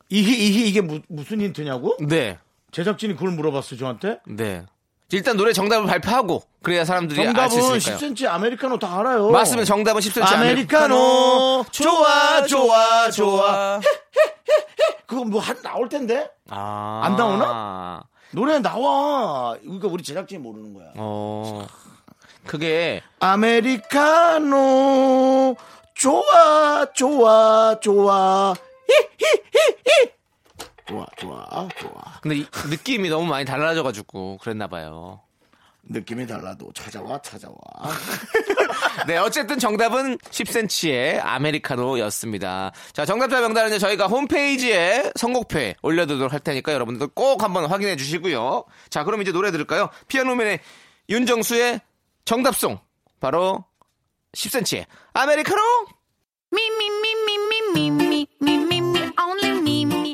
Speaker 1: 이히 이히 이게 무, 무슨 힌트냐고?
Speaker 2: 네.
Speaker 1: 제작진이 그걸 물어봤어 저한테.
Speaker 2: 네. 일단 노래 정답을 발표하고 그래야 사람들이 알 수
Speaker 1: 정답은
Speaker 2: 있으니까요.
Speaker 1: 10cm 아메리카노 다 알아요.
Speaker 2: 맞습니다. 정답은 10cm
Speaker 1: 아메리카노. 좋아, 좋아, 좋아.
Speaker 2: 좋아.
Speaker 1: 그거 뭐 한 나올 텐데
Speaker 2: 아.
Speaker 1: 안 나오나? 노래 나와. 그러니까 우리 제작진이 모르는 거야.
Speaker 2: 어. 그게
Speaker 1: 아메리카노 좋아 좋아 좋아 히히히히 좋아 좋아 좋아
Speaker 2: 근데 이- 느낌이 너무 많이 달라져가지고 그랬나 봐요.
Speaker 1: 느낌이 달라도 찾아와 찾아와
Speaker 2: 네, 어쨌든 정답은 10cm의 아메리카노였습니다. 자, 정답자 명단은 저희가 홈페이지에 선곡표에 올려두도록 할 테니까 여러분들 꼭 한번 확인해 주시고요. 자, 그럼 이제 노래 들을까요? 피아노맨의 윤정수의 정답송 바로 10cm의 아메리카노.
Speaker 4: 미미미미미미미미미미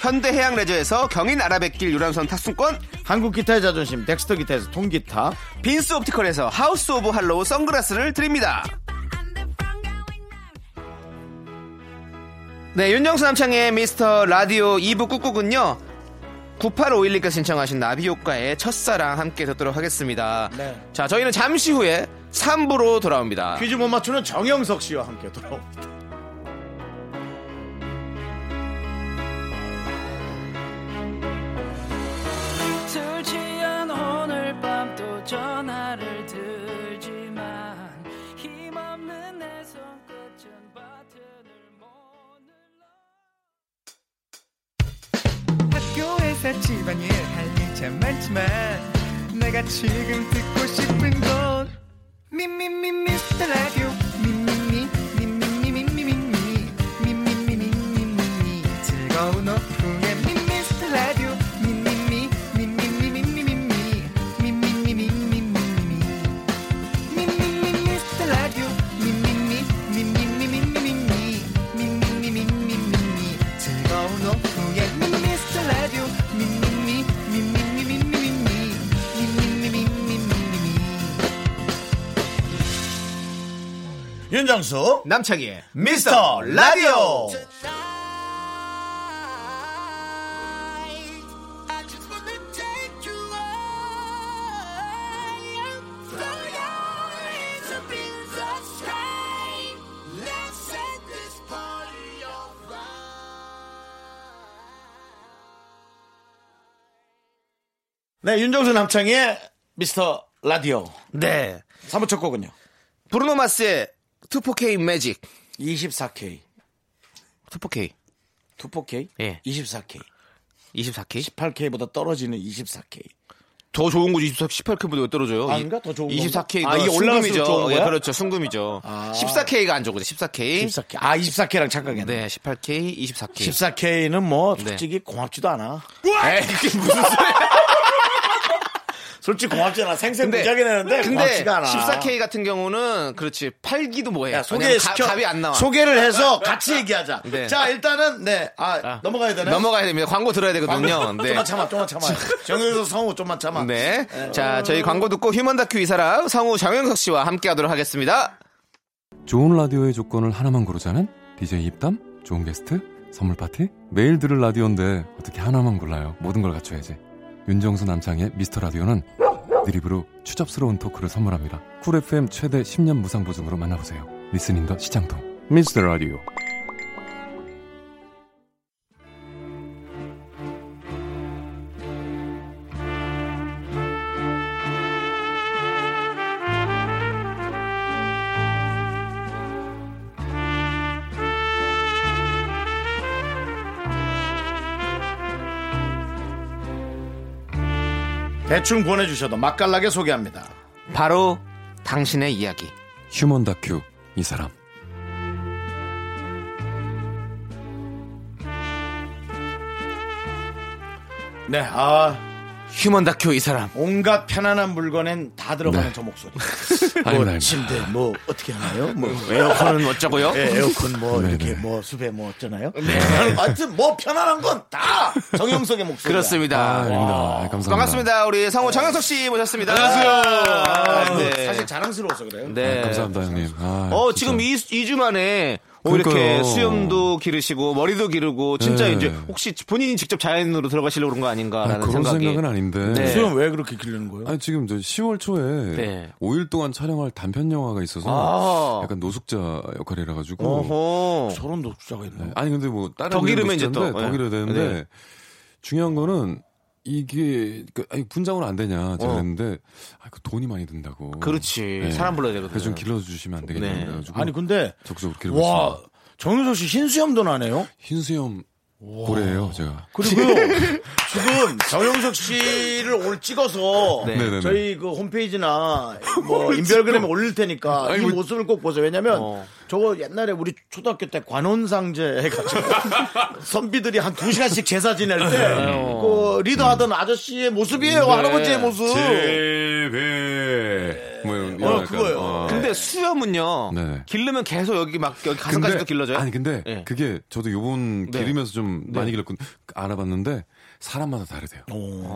Speaker 2: 현대해양레저에서 경인 아라뱃길 유람선 탑승권.
Speaker 1: 한국 기타의 자존심 덱스터 기타에서 통기타,
Speaker 2: 빈스 옵티컬에서 하우스 오브 할로우 선글라스를 드립니다. 네, 윤정수 남창의 미스터 라디오 2부 꾹꾹은요. 9851님께서 신청하신 나비효과의 첫사랑 함께 듣도록 하겠습니다.
Speaker 1: 네.
Speaker 2: 자, 저희는 잠시 후에 3부로 돌아옵니다.
Speaker 1: 퀴즈 못 맞추는 정영석 씨와 함께 돌아옵니다.
Speaker 5: 설치 않 오늘 밤또 전화를 들지만 힘없는 내 손끝은 버튼을 못 눌러
Speaker 6: 학교에서 집안일 할 일 참 많지만 내가 지금 듣고 싶은 건 미미미 미스터 라디오 미미미 미미미 미미미 미미미 미미미 미미미 즐거운 오후에 미스터 라디오 미미미 미미미 미미미 미미미 미미미 미미미
Speaker 1: 윤정수
Speaker 2: 남창희의
Speaker 1: 네. 미스터 라디오 네 윤정수 남창의 미스터 라디오
Speaker 2: 네.
Speaker 1: 3부 첫 곡은요
Speaker 2: 브루노 마스의 2포케인 매직.
Speaker 1: 24K
Speaker 2: 2포케.
Speaker 1: 2K
Speaker 2: 예.
Speaker 1: 24K
Speaker 2: 24K?
Speaker 1: 8K보다 떨어지는 24K
Speaker 2: 더 좋은 거죠. 18K보다 왜 떨어져요?
Speaker 1: 아닌가? 더 좋은 건가?
Speaker 2: 24K.
Speaker 1: 아, 이게 올라갈수록 좋은 거야? 아.
Speaker 2: 그렇죠. 순금이죠. 14K가 안 좋거든요. 14K.
Speaker 1: 24K 아 24K랑 착각했네
Speaker 2: 네, 18K, 24K.
Speaker 1: 14K는 뭐 솔직히 고맙지도 않아
Speaker 2: 에이, 그게 무슨 소리야?
Speaker 1: 솔직히 고맙지 않아 생생 무지하게 내는데
Speaker 2: 근데
Speaker 1: 고맙지가 않아
Speaker 2: 14K 같은 경우는 그렇지 팔기도 뭐해.
Speaker 1: 야,
Speaker 2: 왜냐면
Speaker 1: 소개시켜
Speaker 2: 가- 값이 안 나와.
Speaker 1: 소개를 해서 같이 얘기하자
Speaker 2: 네.
Speaker 1: 자 일단은 네아 넘어가야 되네
Speaker 2: 넘어가야 됩니다. 광고 들어야 되거든요.
Speaker 1: 광고-
Speaker 2: 네.
Speaker 1: 좀만 참아, 좀만 참아. 정영석 성우 좀만 참아.
Speaker 2: 네. 자, 저희 광고 듣고 휴먼 다큐 이사람 성우 정영석 씨와 함께 하도록 하겠습니다.
Speaker 7: 좋은 라디오의 조건을 하나만 고르자면 DJ 입담, 좋은 게스트, 선물 파티, 매일 들을 라디오인데 어떻게 하나만 골라요? 모든 걸 갖춰야지. 윤정수 남창의 미스터 라디오는 드립으로 추접스러운 토크를 선물합니다. 쿨 FM 최대 10년 무상 보증으로 만나보세요. 리스닝 더 시장통 미스터 라디오.
Speaker 1: 대충 보내주셔도 맛깔나게 소개합니다.
Speaker 2: 바로 당신의 이야기.
Speaker 7: 휴먼 다큐 이 사람.
Speaker 1: 네, 아
Speaker 2: 휴먼 다큐 이사람.
Speaker 1: 온갖 편안한 물건엔 다 들어가는
Speaker 7: 네.
Speaker 1: 저 목소리.
Speaker 7: 아닙니다,
Speaker 1: 뭐
Speaker 7: 아닙니다.
Speaker 1: 침대 뭐 어떻게 하나요? 뭐
Speaker 2: 에어컨은 어쩌고요?
Speaker 1: 예, 에어컨 뭐
Speaker 7: 네,
Speaker 1: 이렇게
Speaker 7: 네.
Speaker 1: 뭐 숲에 뭐 어쩌나요? 네. 하여튼 뭐 편안한 건 다 정영석의 목소리.
Speaker 2: 그렇습니다.
Speaker 7: 아, 아닙니다. 아, 감사합니다.
Speaker 2: 반갑습니다. 우리 성우 정영석 씨 모셨습니다. 안녕하세요. 네.
Speaker 1: 아, 뭐 사실 자랑스러워서 그래요.
Speaker 2: 네.
Speaker 7: 아, 감사합니다 형님. 아,
Speaker 2: 어,
Speaker 7: 진짜.
Speaker 2: 지금 2, 이주 만에 어,
Speaker 7: 그러니까요.
Speaker 2: 이렇게 수염도 기르시고 머리도 기르고 진짜
Speaker 7: 네.
Speaker 2: 이제 혹시 본인이 직접 자연으로 들어가시려고 그런 거 아닌가라는
Speaker 7: 아, 그런
Speaker 2: 생각이
Speaker 7: 생각은 아닌데.
Speaker 2: 네.
Speaker 1: 수염 왜 그렇게 기르는 거예요?
Speaker 7: 아니 지금 저 10월 초에
Speaker 2: 네.
Speaker 7: 5일 동안 촬영할 단편 영화가 있어서
Speaker 2: 아.
Speaker 7: 약간 노숙자 역할이라 가지고
Speaker 2: 어허.
Speaker 1: 저런 독자가 있네.
Speaker 7: 아니 근데 뭐 다른
Speaker 2: 더 기르면
Speaker 7: 의견도
Speaker 2: 이제 또,
Speaker 7: 있었는데 더
Speaker 2: 예.
Speaker 7: 기르야 되는데
Speaker 2: 네.
Speaker 7: 중요한 거는 이게 그, 아니 분장은 안 되냐 제가
Speaker 2: 어.
Speaker 7: 그랬는데 아, 그 돈이 많이 든다고.
Speaker 2: 그렇지.
Speaker 7: 예.
Speaker 2: 사람 불러야 되거든요.
Speaker 7: 그래서 좀 길러주시면 안 되겠냐
Speaker 2: 네.
Speaker 7: 그래가지고
Speaker 1: 아니 근데
Speaker 7: 적극적으로 기르고
Speaker 1: 와
Speaker 7: 있습니다.
Speaker 1: 정윤석 씨 흰수염도 나네요.
Speaker 7: 흰 수염 고래예요 제가.
Speaker 1: 그리고 지금 정영석 씨를 올 찍어서
Speaker 2: 네.
Speaker 7: 네네네.
Speaker 1: 저희 그 홈페이지나 뭐 인별그램에 올릴 테니까 이 모습을 꼭 보세요. 왜냐면
Speaker 2: 어.
Speaker 1: 저거 옛날에 우리 초등학교 때 관혼상제 해가지고 선비들이 한 두 시간씩 제사 지낼 때 그 리더 하던 아저씨의 모습이에요. 할아버지의 모습.
Speaker 7: 제배. 뭐 이런.
Speaker 1: 어,
Speaker 7: 약간,
Speaker 1: 그거예요.
Speaker 7: 어.
Speaker 2: 근데 수염은요.
Speaker 7: 네.
Speaker 2: 기르면 계속 여기 막 여기 가슴까지도 길러져요.
Speaker 7: 아니 근데
Speaker 2: 예.
Speaker 7: 그게 저도 요번
Speaker 2: 네.
Speaker 7: 기르면서 좀 많이 길렀군 알아봤는데 사람마다 다르대요.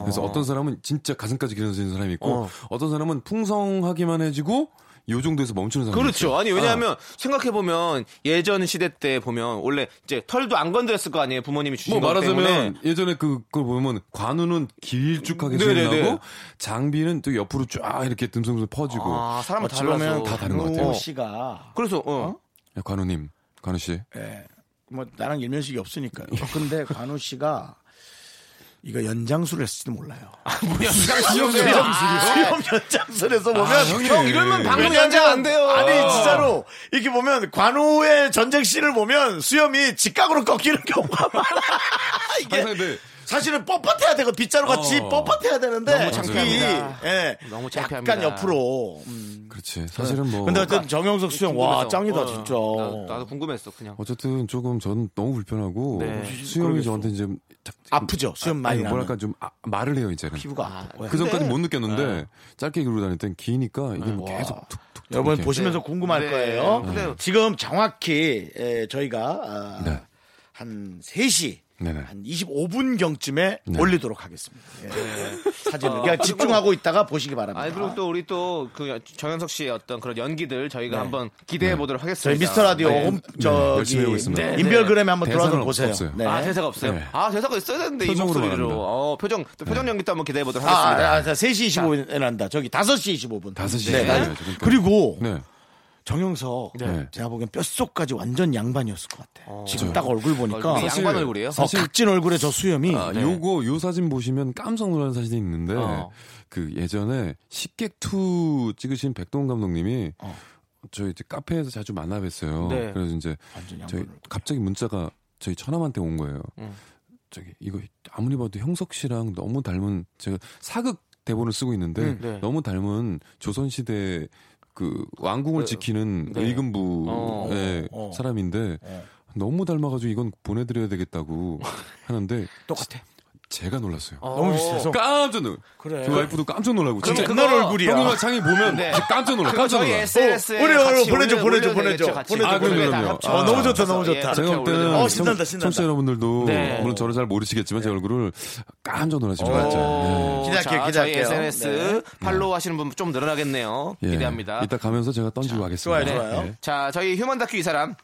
Speaker 7: 그래서 어떤 사람은 진짜 가슴까지 길어지는 사람이 있고
Speaker 2: 어.
Speaker 7: 어. 떤 사람은 풍성하기만 해지고 요 정도에서 멈추는 사람.
Speaker 2: 그렇죠. 아니 왜냐하면 생각해 보면 예전 시대 때 보면 원래 이제 털도 안 건드렸을 거 아니에요. 부모님이 주신
Speaker 7: 뭐
Speaker 2: 것
Speaker 7: 말하자면
Speaker 2: 때문에.
Speaker 7: 예전에 그 그걸 보면 관우는 길쭉하게
Speaker 2: 음, 네네네.
Speaker 7: 생겨나고 장비는 또 옆으로 쫙 이렇게 듬성듬성 퍼지고
Speaker 2: 아 사람은
Speaker 1: 어찌 보면
Speaker 2: 달라서.
Speaker 7: 다 다른 것 같아요.
Speaker 1: 오 씨가
Speaker 2: 그래서 어.
Speaker 7: 야, 관우님, 관우 씨.
Speaker 2: 예.
Speaker 1: 뭐 나랑 일면식이 없으니까요. 근데 관우 씨가 이거 연장술을 했을지도 몰라요.
Speaker 2: 네.
Speaker 1: 그 수염 연장술에서 보면
Speaker 2: 아, 형 이러면 방송 연장 안 돼요.
Speaker 1: 아니 진짜로 이렇게 보면 관우의 전쟁 씬을 보면 수염이 직각으로 꺾이는 경우가 많아.
Speaker 7: 항상
Speaker 1: 이게
Speaker 7: 근데
Speaker 1: 사실은 뻣뻣해야 되고 빗자루 같이
Speaker 7: 어.
Speaker 1: 뻣뻣해야 되는데
Speaker 2: 너무 창피합니다.
Speaker 1: 이, 예,
Speaker 2: 너무
Speaker 1: 약간
Speaker 2: 창피합니다. 그러니까
Speaker 1: 옆으로. 음.
Speaker 7: 그렇지. 사실은
Speaker 2: 네.
Speaker 7: 뭐
Speaker 1: 근데 어쨌든 정영석 수염 와
Speaker 2: 궁금해서.
Speaker 1: 짱이다
Speaker 2: 어,
Speaker 1: 진짜.
Speaker 2: 나도, 나도 궁금했어 그냥.
Speaker 7: 어쨌든 조금 전 너무 불편하고
Speaker 2: 네.
Speaker 7: 수영이 저한테 이제 자-
Speaker 1: 아프죠? 수염 많이
Speaker 7: 아니,
Speaker 1: 나면.
Speaker 7: 뭐랄까 좀 아- 말을 해요 이제는.
Speaker 1: 피부가 네. 아파.
Speaker 7: 그 전까지 못 느꼈는데 짧게 기르고 다닐 땐 기니까 이게
Speaker 1: 네.
Speaker 7: 뭐 계속 툭툭.
Speaker 1: 여러분
Speaker 7: 이렇게.
Speaker 1: 보시면서 궁금할
Speaker 2: 네.
Speaker 1: 거예요.
Speaker 2: 근데-
Speaker 1: 지금 정확히 에, 저희가 아,
Speaker 7: 네.
Speaker 1: 한 3시
Speaker 7: 네네.
Speaker 1: 한 25분 경쯤에
Speaker 7: 네.
Speaker 1: 올리도록 하겠습니다. 예. 사진을 그냥 집중하고 있다가 보시기 바랍니다.
Speaker 2: 아, 아니 그리고 또 우리 또 그 정현석 씨의 어떤 그런 연기들 저희가 한번 기대해 보도록 하겠습니다.
Speaker 1: 저희 미스터 라디오
Speaker 2: 네.
Speaker 1: 홈
Speaker 7: 열심히 하고 있습니다.
Speaker 1: 저기
Speaker 2: 네, 네.
Speaker 1: 인별그램에 한번
Speaker 7: 대사는
Speaker 1: 들어가서
Speaker 7: 없-
Speaker 1: 보세요.
Speaker 7: 없어요.
Speaker 1: 네.
Speaker 2: 아 대사가 없어요.
Speaker 7: 네.
Speaker 2: 아 대사가 있어야 되는데 이
Speaker 7: 표정으로
Speaker 2: 목소리로.
Speaker 7: 나간다.
Speaker 2: 어 표정 또 표정 연기 도 한번 기대해 보도록
Speaker 1: 아, 아,
Speaker 2: 하겠습니다.
Speaker 1: 아, 3시 25분에 난다. 저기 5시 25분.
Speaker 7: 네. 5시
Speaker 1: 네.
Speaker 7: 25분 이죠, 그러니까.
Speaker 1: 그리고
Speaker 7: 네.
Speaker 1: 정영석
Speaker 7: 네.
Speaker 1: 제가 보기엔 뼛속까지 완전 양반이었을 것 같아. 지금
Speaker 7: 저요?
Speaker 1: 딱 얼굴 보니까
Speaker 2: 어. 얼굴이 양반 얼굴이에요?
Speaker 1: 어, 각진 얼굴에 저 수염이
Speaker 7: 아, 요거 요 사진 보시면 깜짝 놀라는 사진이 있는데
Speaker 1: 어.
Speaker 7: 그 예전에 식객 투 찍으신 백동원 감독님이
Speaker 1: 어.
Speaker 7: 저희 이제 카페에서 자주 만나 뵀어요.
Speaker 2: 네.
Speaker 7: 그래서 이제 저희 갑자기 문자가 저희 처남한테 온 거예요.
Speaker 2: 음.
Speaker 7: 저기 이거 아무리 봐도 형석 씨랑 너무 닮은 제가 사극 대본을 쓰고 있는데
Speaker 2: 네.
Speaker 7: 너무 닮은 조선 시대 그 왕궁을 지키는
Speaker 2: 네.
Speaker 7: 의금부의 네,
Speaker 2: 어.
Speaker 1: 어.
Speaker 7: 사람인데 너무 닮아가지고 이건 보내드려야 되겠다고 하는데
Speaker 1: 똑같아.
Speaker 7: 제가 놀랐어요.
Speaker 1: 너무 비슷해서.
Speaker 7: 깜짝 놀.
Speaker 1: 그래.
Speaker 7: 저 와이프도 깜짝 놀라고. 진짜
Speaker 2: 아, 그거-
Speaker 1: 옛날 얼굴이야.
Speaker 7: 형님과 창이 보면 깜짝 놀라. 깜짝
Speaker 2: 네. 저희
Speaker 7: 놀라.
Speaker 2: SNS에
Speaker 1: 어, 우리
Speaker 2: 같이
Speaker 1: 보내줘,
Speaker 2: 올려-
Speaker 1: 보내줘,
Speaker 2: 올려야 되겠죠,
Speaker 1: 보내줘.
Speaker 2: 같이.
Speaker 1: 보내줘,
Speaker 2: 아, 그럼요,
Speaker 7: 보내줘.
Speaker 2: 그럼요.
Speaker 7: 아,
Speaker 2: 합쳐서.
Speaker 7: 너무
Speaker 1: 좋다, 너무 좋다.
Speaker 2: 예,
Speaker 7: 제가
Speaker 2: 그렇게
Speaker 7: 볼 때는
Speaker 2: 올려야
Speaker 1: 어, 신난다, 신난다. 네.
Speaker 7: 청취자 여러분들도
Speaker 2: 네.
Speaker 7: 물론 저를 잘 모르시겠지만 제 얼굴을 깜짝 놀라실 것
Speaker 1: 어,
Speaker 7: 같아요. 네.
Speaker 2: 오,
Speaker 1: 기대할게요,
Speaker 2: 자, 저희
Speaker 1: 기대할게요. 네.
Speaker 2: SNS 팔로우 하시는 분 좀 늘어나겠네요.
Speaker 7: 예.
Speaker 2: 기대합니다. 네.
Speaker 7: 이따 가면서 제가 던지고 가겠습니다.
Speaker 1: 좋아요, 좋아요.
Speaker 7: 예.
Speaker 2: 자, 저희 휴먼 다큐 이 사람.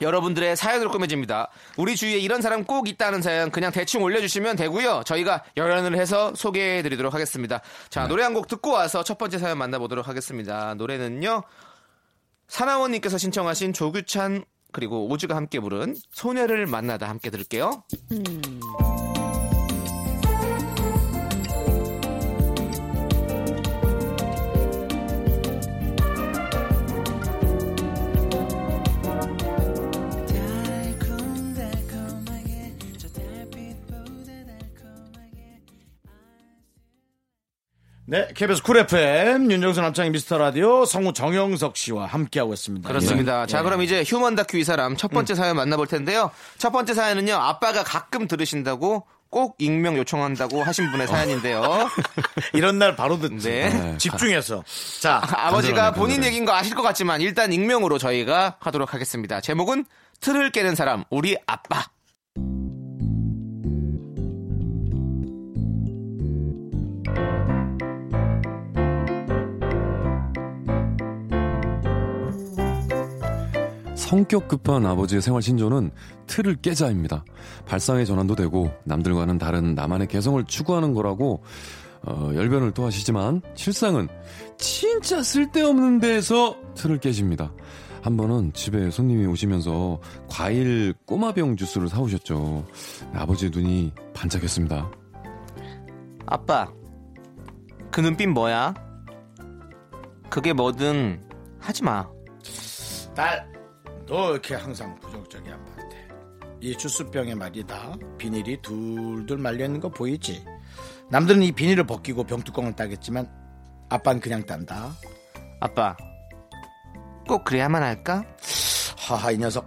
Speaker 2: 여러분들의 사연으로 꾸며집니다. 우리 주위에 이런 사람 꼭 있다는 사연 그냥 대충 올려주시면 되고요. 저희가 열연을 해서 소개해드리도록 하겠습니다. 자,
Speaker 7: 네.
Speaker 2: 노래 한 곡 듣고 와서 첫 번째 사연 만나보도록 하겠습니다. 노래는요. 사나원님께서 신청하신 조규찬 그리고 오즈가 함께 부른 소녀를 만나다 함께 들을게요.
Speaker 1: 네, KBS 쿨 FM 윤정수 남창희 미스터 라디오 성우 정영석 씨와 함께하고 있습니다.
Speaker 2: 그렇습니다.
Speaker 7: 예.
Speaker 2: 자, 그럼 이제 휴먼 다큐 이 사람 첫
Speaker 7: 음.
Speaker 2: 번째 사연 만나볼 텐데요. 첫 번째 사연은요, 아빠가 가끔 들으신다고 꼭 익명 요청한다고 하신
Speaker 7: 어.
Speaker 2: 분의 사연인데요.
Speaker 1: 예. 이런 날 바로 듣지.
Speaker 2: 네.
Speaker 1: 네. 집중해서. 자,
Speaker 2: 아버지가
Speaker 7: 간절하네,
Speaker 2: 본인
Speaker 7: 간절해.
Speaker 2: 얘기인 거 아실 것 같지만 일단 익명으로 저희가 하도록 하겠습니다. 제목은 틀을 깨는 사람, 우리 아빠.
Speaker 7: 성격 급한 아버지의 생활 신조는 틀을 깨자입니다. 발상의 전환도 되고 남들과는 다른 나만의 개성을 추구하는 거라고 어, 열변을 또 하시지만 실상은 진짜 쓸데없는 데에서 틀을 깨십니다. 한 번은 집에 손님이 오시면서 과일 꼬마병 주스를 사오셨죠. 아버지의 눈이 반짝였습니다.
Speaker 2: 아빠, 그 눈빛 뭐야? 그게 뭐든 하지 마.
Speaker 1: 딸, 너 이렇게 항상 부정적이야 아빠한테. 이 주스병에 말이다. 비닐이 둘둘 말려 있는 거 보이지? 남들은 이 비닐을 벗기고 병뚜껑을 따겠지만 아빠는 그냥 딴다.
Speaker 2: 아빠 꼭 그래야만 할까?
Speaker 1: 하하 이 녀석.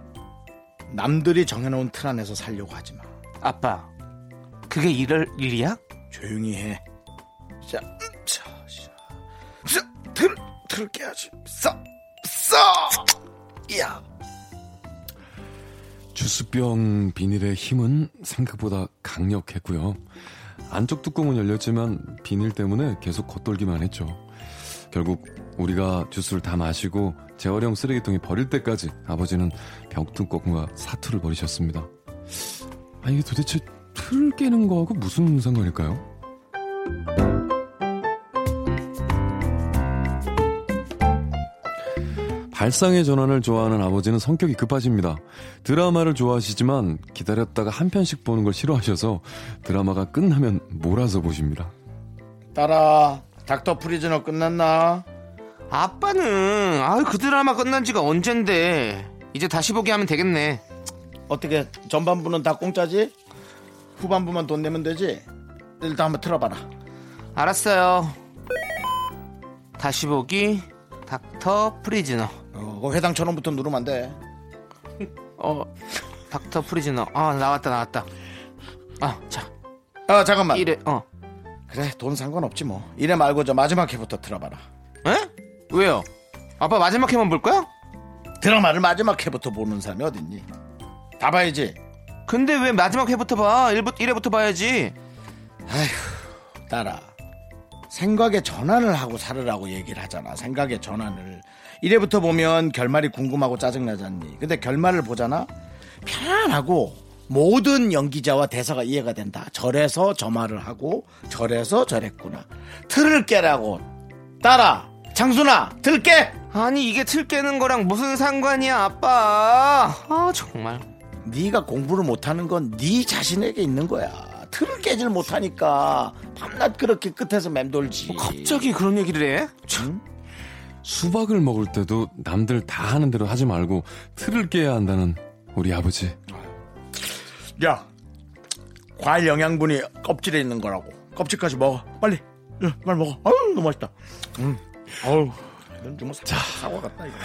Speaker 1: 남들이 정해놓은 틀 안에서 살려고 하지 마.
Speaker 2: 아빠 그게 이럴 일이야?
Speaker 1: 조용히 해. 자, 음, 자, 자, 자, 들, 들을 깨야지. 싸, 싸. 야,
Speaker 7: 주스병 비닐의 힘은 생각보다 강력했고요. 안쪽 뚜껑은 열렸지만 비닐 때문에 계속 겉돌기만 했죠. 결국 우리가 주스를 다 마시고 재활용 쓰레기통에 버릴 때까지 아버지는 벽뚜껑과 사투를 벌이셨습니다. 아 이게 도대체 틀 깨는 거하고 무슨 상관일까요? 발상의 전환을 좋아하는 아버지는 성격이 급하십니다. 드라마를 좋아하시지만 기다렸다가 한 편씩 보는 걸 싫어하셔서 드라마가 끝나면 몰아서 보십니다.
Speaker 1: 따라. 닥터 프리즈너 끝났나?
Speaker 2: 아빠는 아유 그 드라마 끝난 지가 언젠데 이제 다시 보기 하면 되겠네
Speaker 1: 어떻게 전반부는 다 공짜지? 후반부만 돈 내면 되지? 일단 한번 틀어봐라.
Speaker 2: 알았어요 다시 보기 닥터 프리즈너
Speaker 1: 어, 그거 회당 천 원부터 누르면 안 돼.
Speaker 2: 어 닥터 프리즈너 아 나왔다 나왔다 아자
Speaker 1: 아 잠깐만.
Speaker 2: 이래 어
Speaker 1: 그래 돈 상관없지 뭐. 이래 말고 저 마지막 회부터 틀어봐라.
Speaker 2: 에? 왜요? 아빠 마지막 회만 볼 거야?
Speaker 1: 드라마를 마지막 회부터 보는 사람이 어딨니? 다 봐야지.
Speaker 2: 근데 왜 마지막 회부터 봐? 1부, 1회부터 봐야지
Speaker 1: 따라 생각의 전환을 하고 살으라고 얘기를 하잖아 생각의 전환을 이래부터 보면 결말이 궁금하고 짜증나잖니 근데 결말을 보잖아 편안하고 모든 연기자와 대사가 이해가 된다 저래서 저 말을 하고 저래서 저랬구나 틀을 깨라고 따라 장순아 틀깨
Speaker 2: 아니 이게 틀 깨는 거랑 무슨 상관이야 아빠 아 정말
Speaker 1: 네가 공부를 못하는 건 네 자신에게 있는 거야 틀을 깨질 못하니까 밤낮 그렇게 끝에서 맴돌지
Speaker 2: 뭐 갑자기 그런 얘기를 해?
Speaker 1: 응?
Speaker 7: 수박을 먹을 때도 남들 다 하는 대로 하지 말고 틀을 깨야 한다는 우리 아버지.
Speaker 1: 야, 과일 영양분이 껍질에 있는 거라고. 껍질까지 먹어. 빨리. 야, 빨리 먹어. 아유, 너무 맛있다. 음. 아유. 이건 정말 사, 사과 같다, 이거.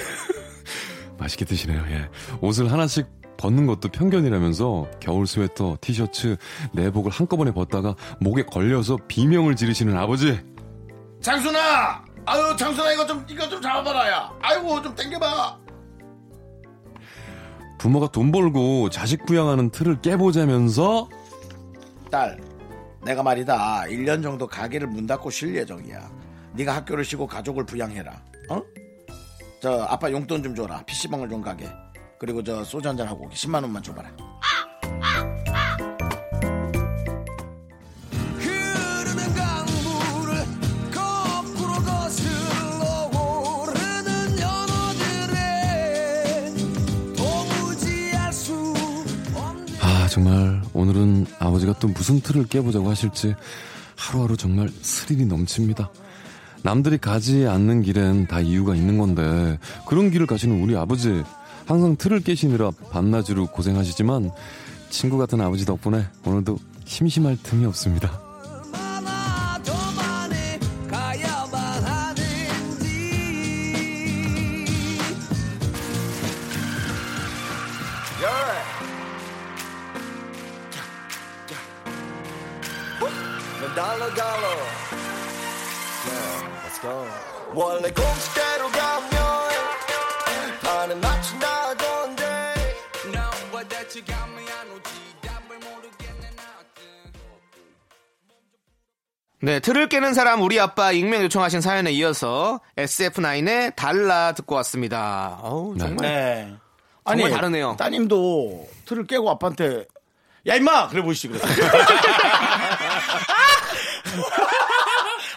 Speaker 7: 맛있게 드시네요. 예. 옷을 하나씩 벗는 것도 편견이라면서 겨울 스웨터, 티셔츠, 내복을 한꺼번에 벗다가 목에 걸려서 비명을 지르시는 아버지.
Speaker 1: 장순아! 아유, 장순아, 이거 좀, 이거 좀 잡아봐라, 야. 아이고, 좀 땡겨봐.
Speaker 7: 부모가 돈 벌고 자식 부양하는 틀을 깨보자면서
Speaker 1: 딸, 내가 말이다. 1년 정도 가게를 문 닫고 쉴 예정이야. 네가 학교를 쉬고 가족을 부양해라. 어? 저 아빠 용돈 좀 줘라. PC방을 좀 가게. 그리고 저 소주 한잔 하고 10만 원만 줘봐라.
Speaker 3: 흐르는 강물을 거꾸로 거슬러 오르는 연어들의 도무지 알 수 없는
Speaker 7: 아 정말 오늘은 아버지가 또 무슨 틀을 깨보자고 하실지 하루하루 정말 스릴이 넘칩니다. 남들이 가지 않는 길엔 다 이유가 있는 건데 그런 길을 가시는 우리 아버지 항상 틀을 깨시느라 밤낮으로 고생하시지만 친구 같은 아버지 덕분에 오늘도 심심할 틈이 없습니다.
Speaker 3: 얼마나 더 많이 가야만 하는지
Speaker 8: 원래 공식대로 가면 반은 맞춘다던데
Speaker 2: 네 틀을 깨는 사람 우리 아빠 익명 요청하신 사연에 이어서 SF9의 달라 듣고 왔습니다 어우 정말
Speaker 1: 네.
Speaker 2: 정말 다르네요.
Speaker 1: 따님도 틀을 깨고 아빠한테 야 임마 그래 보이시 그랬어.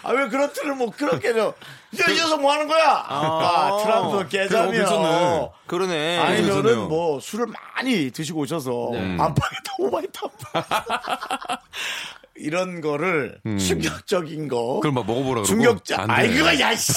Speaker 1: 아왜 그런 틀을 못 그렇게 줘? 야이 녀석 뭐 하는 거야? 아, 트럼프
Speaker 2: 네,
Speaker 7: 그래,
Speaker 1: 깨자며.
Speaker 7: 괜찮네.
Speaker 2: 그러네
Speaker 1: 아니면은
Speaker 7: 괜찮네요. 네.
Speaker 1: 뭐 술을 많이 드시고 오셔서 안방에다 오바이트 한 방. 이런 거를 충격적인 거.
Speaker 7: 음. 그럼 막 먹어보라 그러고?
Speaker 1: 충격자.
Speaker 7: 안 돼.
Speaker 1: 아이 그거 야씨.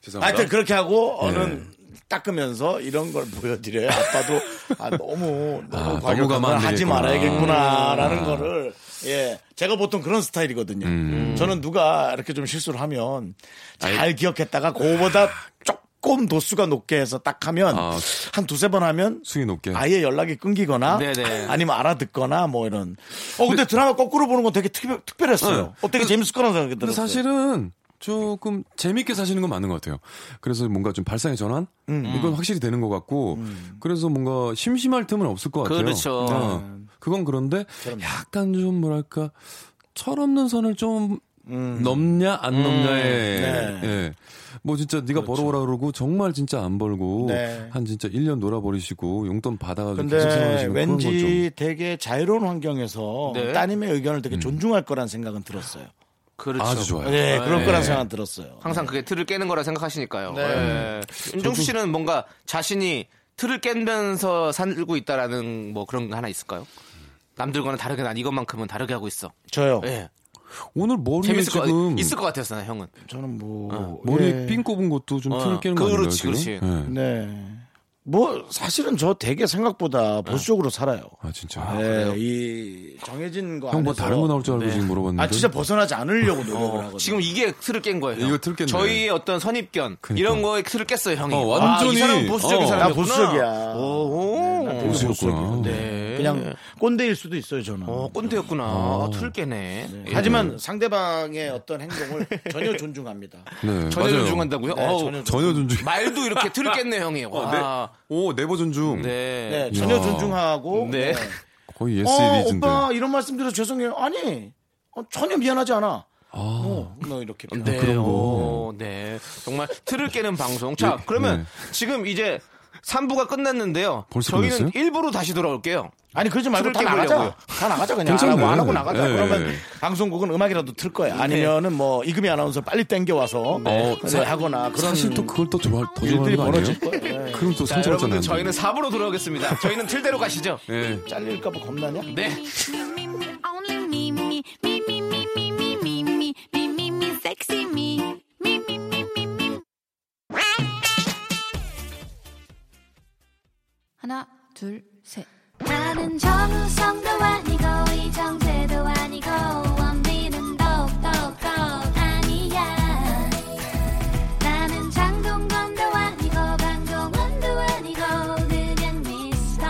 Speaker 7: 죄송합니다. 예.
Speaker 1: 하여튼 그렇게 하고 어른 닦으면서 이런 걸 보여드려야 아빠도 아, 너무
Speaker 7: 아,
Speaker 1: 너무
Speaker 7: 너무
Speaker 1: 과격한 걸
Speaker 7: 가면 안
Speaker 1: 하지
Speaker 7: 되겠구나.
Speaker 1: 말아야겠구나라는
Speaker 7: 아.
Speaker 1: 거를 예 제가 보통 그런 스타일이거든요.
Speaker 7: 음.
Speaker 1: 저는 누가 이렇게 좀 실수를 하면 잘 기억했다가 그거보다 조금 도수가 높게 해서 딱 하면
Speaker 7: 아.
Speaker 1: 한두세 번 하면
Speaker 7: 수위 높게.
Speaker 1: 아예 연락이 끊기거나
Speaker 2: 네네.
Speaker 1: 아니면 알아듣거나 뭐 이런. 어 근데 드라마 거꾸로 보는 건 되게 특별, 특별했어요.
Speaker 7: 네.
Speaker 1: 어 되게 재밌을 거라는 생각이
Speaker 7: 근데
Speaker 1: 들었어요.
Speaker 7: 사실은 조금 재밌게 사시는 건 맞는 것 같아요. 그래서 뭔가 좀 발상의 전환
Speaker 2: 음.
Speaker 7: 이건 확실히 되는 것 같고 그래서 뭔가 심심할 틈은 없을 것 같아요.
Speaker 2: 그렇죠.
Speaker 7: 어. 그건 그런데 약간 좀 뭐랄까 철없는 선을 좀
Speaker 2: 음.
Speaker 7: 넘냐 안 넘냐에
Speaker 1: 네.
Speaker 7: 예. 뭐 진짜 네가
Speaker 2: 그렇죠.
Speaker 7: 벌어오라 그러고 정말 진짜 안 벌고
Speaker 1: 네.
Speaker 7: 한 진짜 1년 놀아버리시고 용돈 받아가지고 계속
Speaker 1: 근데
Speaker 7: 생활하시고 그런 건 좀.
Speaker 1: 왠지 되게 자유로운 환경에서
Speaker 2: 네.
Speaker 1: 따님의 의견을
Speaker 7: 음.
Speaker 1: 되게 존중할 거란 생각은 들었어요.
Speaker 2: 그렇죠.
Speaker 7: 아주 좋아요.
Speaker 1: 네, 그럴
Speaker 7: 네.
Speaker 1: 거란 생각 들었어요.
Speaker 2: 항상 그게 틀을 깨는 거라 생각하시니까요.
Speaker 1: 네.
Speaker 2: 네. 윤종수 씨는 뭔가 자신이 틀을 깨면서 살고 있다라는 뭐 그런 거 하나 있을까요? 남들과는 다르게 난 이것만큼은 다르게 하고 있어.
Speaker 1: 저요.
Speaker 2: 예.
Speaker 7: 오늘 머리에
Speaker 2: 재밌을 거
Speaker 7: 지금
Speaker 2: 있을 것 같아서 나 형은.
Speaker 1: 저는 뭐
Speaker 7: 아, 머리에
Speaker 1: 예.
Speaker 7: 삥 꼽은 것도 좀
Speaker 2: 어,
Speaker 7: 틀을 깨는
Speaker 2: 그렇지,
Speaker 7: 거 아닌가요? 지금?
Speaker 2: 그렇지.
Speaker 7: 예.
Speaker 1: 네. 뭐 사실은 저 되게 생각보다 보수적으로 살아요.
Speaker 7: 아 진짜.
Speaker 1: 네, 이 정해진 거
Speaker 7: 형 뭐
Speaker 1: 안에서
Speaker 7: 다른 거 나올 줄 알고 지금 물어봤는데.
Speaker 1: 아 진짜 벗어나지 않으려고 노력을 하거든요.
Speaker 2: 지금 이게 틀을 깬 거예요. 형.
Speaker 7: 이거 틀 깼네.
Speaker 2: 저희의 어떤 선입견
Speaker 7: 그러니까.
Speaker 2: 이런 거에 틀을 깼어요, 형이.
Speaker 7: 어,
Speaker 2: 아, 이
Speaker 7: 완전히.
Speaker 2: 사람은 보수적인
Speaker 7: 어.
Speaker 1: 나
Speaker 2: 사람이구나. 어,
Speaker 1: 보수적이야. 네,
Speaker 2: 오,
Speaker 1: 나 되게
Speaker 7: 보수였구나.
Speaker 1: 보수적이거든요.
Speaker 2: 네.
Speaker 1: 그냥 꼰대일 수도 있어요 저는.
Speaker 2: 어, 꼰대였구나. 아, 틀을 깨네. 예.
Speaker 1: 하지만 상대방의 어떤 행동을 전혀 존중합니다.
Speaker 7: 네,
Speaker 2: 전혀
Speaker 7: 맞아요.
Speaker 2: 존중한다고요? 어우,
Speaker 1: 전혀 어,
Speaker 7: 전혀 존중.
Speaker 2: 말도 이렇게 틀을 깼네, 형이. 와.
Speaker 7: 네. 오 네버 존중.
Speaker 2: 네.
Speaker 1: 네, 전혀
Speaker 7: 예. 이야. 네,
Speaker 1: 존중하고. 예.
Speaker 2: 네.
Speaker 7: 거의 예스
Speaker 1: 어,
Speaker 7: 이리즈인데.
Speaker 1: 오빠 이런 말씀드려 서 죄송해요. 아니 어, 전혀 미안하지 않아. 어, 너 이렇게. 표현.
Speaker 2: 네.
Speaker 7: 아, 그런 거.
Speaker 2: 오, 네. 정말 틀을 깨는 방송. 자,
Speaker 7: 네,
Speaker 2: 그러면
Speaker 7: 네.
Speaker 2: 지금 이제 3부가 끝났는데요.
Speaker 7: 벌써
Speaker 2: 저희는
Speaker 7: 끝났어요?
Speaker 2: 일 1부로 다시 돌아올게요.
Speaker 1: 아니 그러지 말고 다
Speaker 2: 술을
Speaker 1: 나가자.
Speaker 2: 깨보려고요.
Speaker 1: 다 나가자 그냥 안
Speaker 7: 괜찮네.
Speaker 1: 하고, 안 하고 나가자.
Speaker 7: 예.
Speaker 1: 그러면 방송국은 음악이라도 틀 거야. 아니면은 뭐 이금희 아나운서 빨리 땡겨 와서
Speaker 7: 네.
Speaker 1: 하거나 그런
Speaker 7: 사실 또 그걸 또 좋아 더 좋아하는
Speaker 1: 일들이
Speaker 7: 거 아니에요? 네.
Speaker 1: 벌어질 거예요. 예.
Speaker 7: 그럼 또
Speaker 2: 자, 여러분들
Speaker 7: 상처받잖아요.
Speaker 2: 저희는 4부로 돌아오겠습니다. 저희는 틀대로 가시죠.
Speaker 7: 예.
Speaker 1: 잘릴까 봐 겁나냐?
Speaker 2: 네.
Speaker 4: Me, me, me, only me, me, me, me, me, me, me, me, me, me, me, me, sexy me. Me, me, me, me, me.
Speaker 9: 하나, 둘, 셋.
Speaker 4: 나는 정우성도 아니고 이정재도 아니고 원빈은 더욱더 아니야 나는 장동건도 아니고 강동원도 아니고 그냥 미스터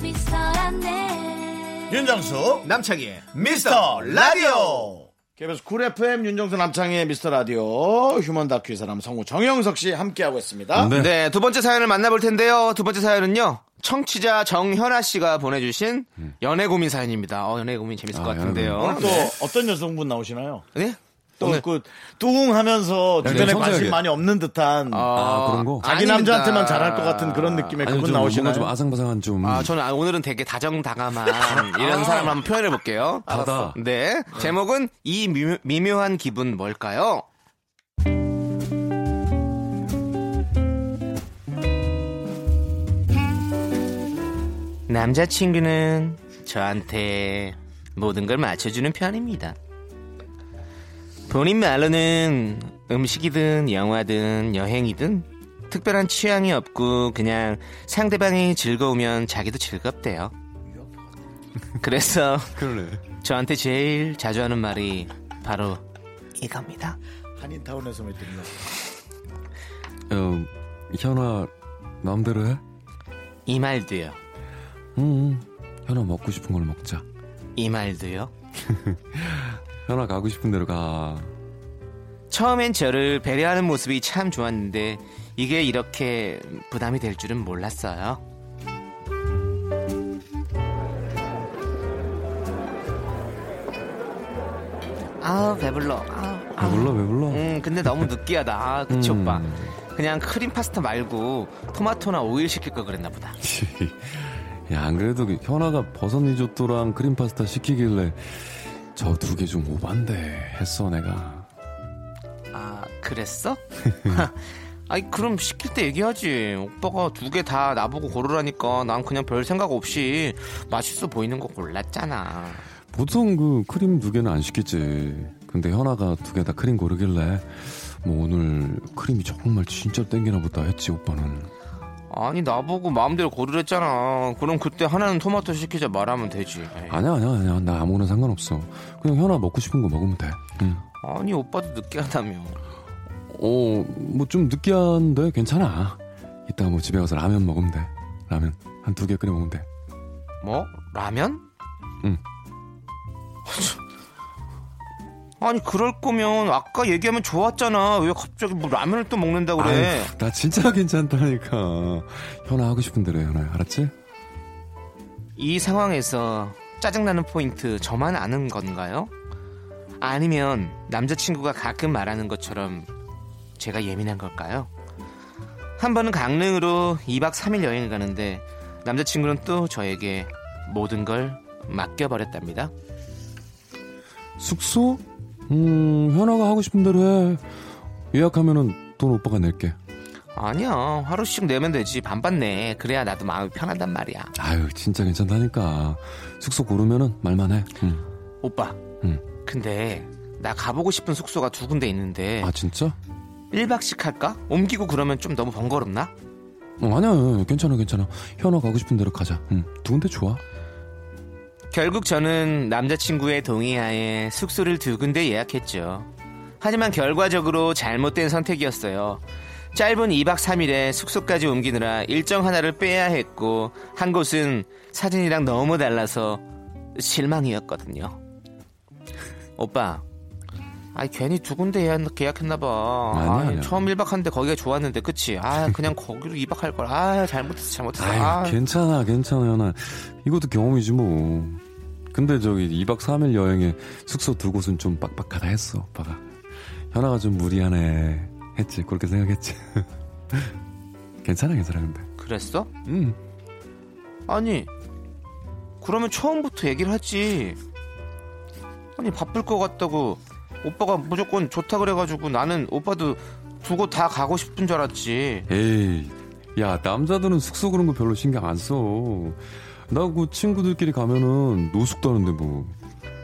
Speaker 4: 미스터란데
Speaker 1: 윤정수
Speaker 2: 남창희의
Speaker 1: 미스터 라디오. KBS 쿨 FM 윤정수 남창희의 미스터 라디오 휴먼 다큐 이 사람 성우 정영석 씨 함께하고 있습니다.
Speaker 7: 네.
Speaker 2: 네, 두 번째 사연을 만나볼 텐데요. 두 번째 사연은요. 청취자 정현아 씨가 보내주신 연애 고민 사연입니다. 어, 연애 고민 재밌을
Speaker 7: 음. 아,
Speaker 2: 것
Speaker 7: 연애
Speaker 2: 같은데요.
Speaker 1: 또 어떤 여성분 나오시나요?
Speaker 2: 네?
Speaker 1: 또 그 뚱하면서 주변에
Speaker 7: 네,
Speaker 1: 관심
Speaker 7: 성실하게.
Speaker 1: 많이 없는 듯한
Speaker 7: 아, 그런 거?
Speaker 1: 자기
Speaker 2: 어, 아닙니다.
Speaker 1: 남자한테만 잘할 것 같은 그런 느낌의
Speaker 7: 아니
Speaker 1: 그분
Speaker 7: 좀 뭔가 좀
Speaker 1: 나오시나요?
Speaker 7: 아상바상한 좀
Speaker 2: 아, 저는 아, 오늘은 되게 다정다감한 이런
Speaker 1: 아.
Speaker 2: 사람을 한번 표현해 볼게요.
Speaker 7: 바다.
Speaker 2: 네. 제목은 이 미묘, 미묘한 기분 뭘까요? 남자친구는 저한테 모든 걸 맞춰주는 편입니다. 본인 말로는 음식이든 영화든 여행이든 특별한 취향이 없고 그냥 상대방이 즐거우면 자기도 즐겁대요. 그래서
Speaker 7: 그러네.
Speaker 2: 저한테 제일 자주 하는 말이 바로 이겁니다.
Speaker 1: 한인타운에서 몇 등이요?
Speaker 7: 어, 현아 마음대로 해.
Speaker 2: 이 말도요.
Speaker 7: 응. 응. 현아 먹고 싶은 걸 먹자.
Speaker 2: 이 말도요.
Speaker 7: 현아 가고 싶은 대로 가.
Speaker 2: 처음엔 저를 배려하는 모습이 참 좋았는데 이게 이렇게 부담이 될 줄은 몰랐어요. 아우 배불러. 아우,
Speaker 7: 왜 불러 왜 불러?
Speaker 2: 음, 근데 너무 느끼하다. 아, 그치,
Speaker 7: 음.
Speaker 2: 오빠. 그냥 크림 파스타 말고 토마토나 오일 시킬 걸 그랬나 보다.
Speaker 7: 야, 안 그래도 그 현아가 버섯 리조또랑 크림 파스타 시키길래 저 두 개 좀 오반데 했어 내가.
Speaker 2: 아, 그랬어? 아이, 그럼 시킬 때 얘기하지. 오빠가 두 개 다 나보고 고르라니까 난 그냥 별 생각 없이 맛있어 보이는 거 골랐잖아.
Speaker 7: 보통 그 크림 두 개는 안 시키지. 근데 현아가 두 개 다 크림 고르길래 뭐 오늘 크림이 정말 진짜 땡기나 보다 했지 오빠는.
Speaker 2: 아니 나보고 마음대로 고르랬잖아. 그럼 그때 하나는 토마토 시키자 말하면 되지. 에이.
Speaker 7: 아니야 아니야 아니야 나 아무거나 상관없어 그냥 현아 먹고 싶은 거 먹으면 돼 응.
Speaker 2: 아니 오빠도 늦게 하다며.
Speaker 7: 어뭐 좀 느끼한데 괜찮아 이따 뭐 집에 가서 라면 먹으면 돼 라면 한 두 개 끓여 먹으면 돼
Speaker 2: 뭐 라면?
Speaker 7: 응.
Speaker 2: 아니 그럴 거면 아까 얘기하면 좋았잖아. 왜 갑자기 뭐 라면을 또 먹는다 그래?
Speaker 7: 아유, 나 진짜 괜찮다니까 현아 하고 싶은 대로 해 현아야 알았지?
Speaker 2: 이 상황에서 짜증나는 포인트 저만 아는 건가요? 아니면 남자친구가 가끔 말하는 것처럼 제가 예민한 걸까요? 한 번은 강릉으로 2박 3일 여행을 가는데 남자친구는 또 저에게 모든 걸 맡겨버렸답니다.
Speaker 7: 숙소? 음 현아가 하고 싶은 대로 해 예약하면은 돈 오빠가 낼게
Speaker 2: 아니야 하루씩 내면 되지 반반 내 그래야 나도 마음이 편하단 말이야
Speaker 7: 아유 진짜 괜찮다니까 숙소 고르면은 말만 해 음. 응.
Speaker 2: 오빠
Speaker 7: 응.
Speaker 2: 근데 나 가보고 싶은 숙소가 두 군데 있는데
Speaker 7: 아 진짜?
Speaker 2: 1박씩 할까? 옮기고 그러면 좀 너무 번거롭나?
Speaker 7: 어, 아니야 괜찮아 괜찮아 현아 가고 싶은 대로 가자 응. 두 군데 좋아
Speaker 2: 결국 저는 남자친구의 동의하에 숙소를 두 군데 예약했죠. 하지만 결과적으로 잘못된 선택이었어요. 짧은 2박 3일에 숙소까지 옮기느라 일정 하나를 빼야 했고 한 곳은 사진이랑 너무 달라서 실망이었거든요. 오빠, 아니 괜히 두 군데 예약- 예약했나 봐.
Speaker 7: 아니야,
Speaker 2: 아니,
Speaker 7: 아니야.
Speaker 2: 처음 1박 하는데 거기가 좋았는데 그치? 아 그냥 거기로 2박 할 걸. 아 잘못했어 잘못했어.
Speaker 7: 아유,
Speaker 2: 아.
Speaker 7: 괜찮아, 괜찮아, 현아. 이것도 경험이지, 뭐. 근데 저기 2박 3일 여행에 숙소 두 곳은 좀 빡빡하다 했어, 오빠가. 현아가 좀 무리하네 했지, 그렇게 생각했지. 괜찮아, 괜찮아, 근데.
Speaker 2: 그랬어?
Speaker 7: 응.
Speaker 2: 아니 그러면 처음부터 얘기를 하지 아니 바쁠 것 같다고 오빠가 무조건 좋다 그래가지고 나는 오빠도 두고 다 가고 싶은 줄 알았지
Speaker 7: 에이, 야, 남자들은 숙소 그런 거 별로 신경 안 써. 나 그 친구들끼리 가면은 노숙도 하는데 뭐.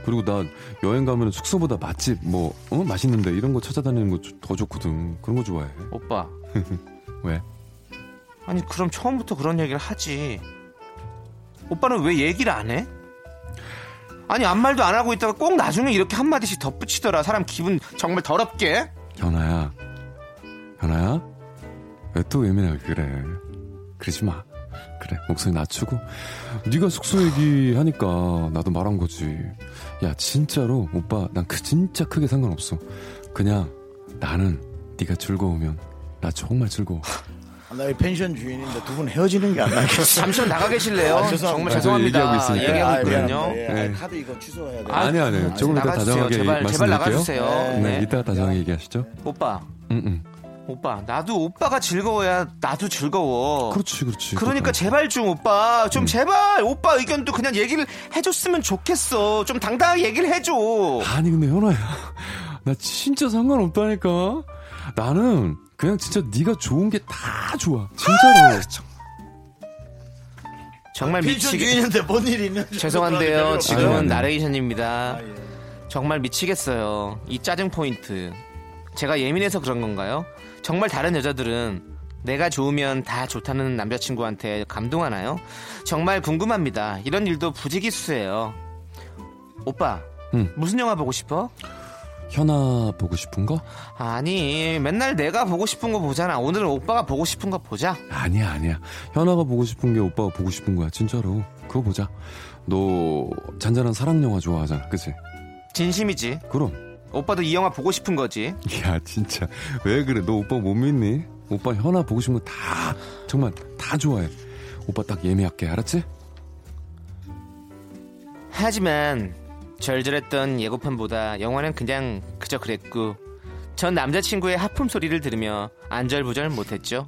Speaker 7: 그리고 나 여행 가면은 숙소보다 맛집 뭐, 어? 맛있는데 이런 거 찾아다니는 거 더 좋거든. 그런 거 좋아해.
Speaker 2: 오빠
Speaker 7: 왜?
Speaker 2: 아니 그럼 처음부터 그런 얘기를 하지 오빠는 왜 얘기를 안 해? 아니 아무 말도 안 하고 있다가 꼭 나중에 이렇게 한마디씩 덧붙이더라 사람 기분 정말 더럽게
Speaker 7: 현아야, 현아야, 왜 또 예민하게 그래? 그러지 마. 그래, 목소리 낮추고. 네가 숙소 얘기하니까 나도 말한 거지. 야, 진짜로 오빠, 난 그 진짜 크게 상관없어. 그냥 나는 네가 즐거우면 나 정말 즐거워.
Speaker 1: 아, 나의 펜션 주인인데 두 분 헤어지는 게 안 나겠어.
Speaker 2: 잠시만 나가 계실래요? 정말 죄송합니다.
Speaker 7: 아, 얘기하고 있으니까.
Speaker 2: 얘기하고 있거든요.
Speaker 1: 예.
Speaker 7: 네.
Speaker 1: 카드 이거 취소해야 돼.
Speaker 7: 아니 아니, 조금 이따
Speaker 2: 나가주세요.
Speaker 7: 다정하게
Speaker 2: 제발,
Speaker 7: 말씀드릴게요.
Speaker 2: 제발 나가주세요.
Speaker 7: 네,
Speaker 2: 네.
Speaker 7: 이따 다정하게 얘기하시죠. 음,
Speaker 2: 오빠
Speaker 7: 응 응.
Speaker 2: 오빠 나도 오빠가 즐거워야 나도 즐거워
Speaker 7: 그렇지 그렇지.
Speaker 2: 어.
Speaker 7: 음.
Speaker 2: 그러니까 제발 좀 오빠 좀 제발 오빠 의견도 그냥 얘기를 해줬으면 좋겠어 좀 당당하게 얘기를 해줘
Speaker 7: 아니 근데 현아야 나 진짜 상관없다니까 나는 그냥 진짜 네가 좋은 게 다 좋아 진짜로
Speaker 2: 정말
Speaker 1: 펜션
Speaker 2: 미치게
Speaker 1: 주인인데 뭔 일이 있는지.
Speaker 2: 죄송한데요
Speaker 7: 아니, 예.
Speaker 2: 지금은
Speaker 7: 아니.
Speaker 2: 나레이션입니다
Speaker 1: 예.
Speaker 2: 정말 미치겠어요 이 짜증 포인트 제가 예민해서 그런 건가요 정말 다른 여자들은 내가 좋으면 다 좋다는 남자친구한테 감동하나요 정말 궁금합니다 이런 일도 부지기수예요 오빠
Speaker 7: 응.
Speaker 2: 무슨 영화 보고 싶어?
Speaker 7: 현아 보고 싶은 거?
Speaker 2: 아니 맨날 내가 보고 싶은 거 보잖아 오늘은 오빠가 보고 싶은 거 보자
Speaker 7: 아니야 아니야 현아가 보고 싶은 게 오빠가 보고 싶은 거야 진짜로 그거 보자 너 잔잔한 사랑 영화 좋아하잖아 그치?
Speaker 2: 진심이지
Speaker 7: 그럼
Speaker 2: 오빠도 이 영화 보고 싶은 거지
Speaker 7: 야 진짜 왜 그래 너 오빠 못 믿니? 오빠 현아 보고 싶은 거 다 정말 다 좋아해 오빠 딱 예매할게 알았지?
Speaker 2: 하지만 절절했던 예고편보다 영화는 그냥 그저 그랬고 전 남자친구의 하품 소리를 들으며 안절부절 못했죠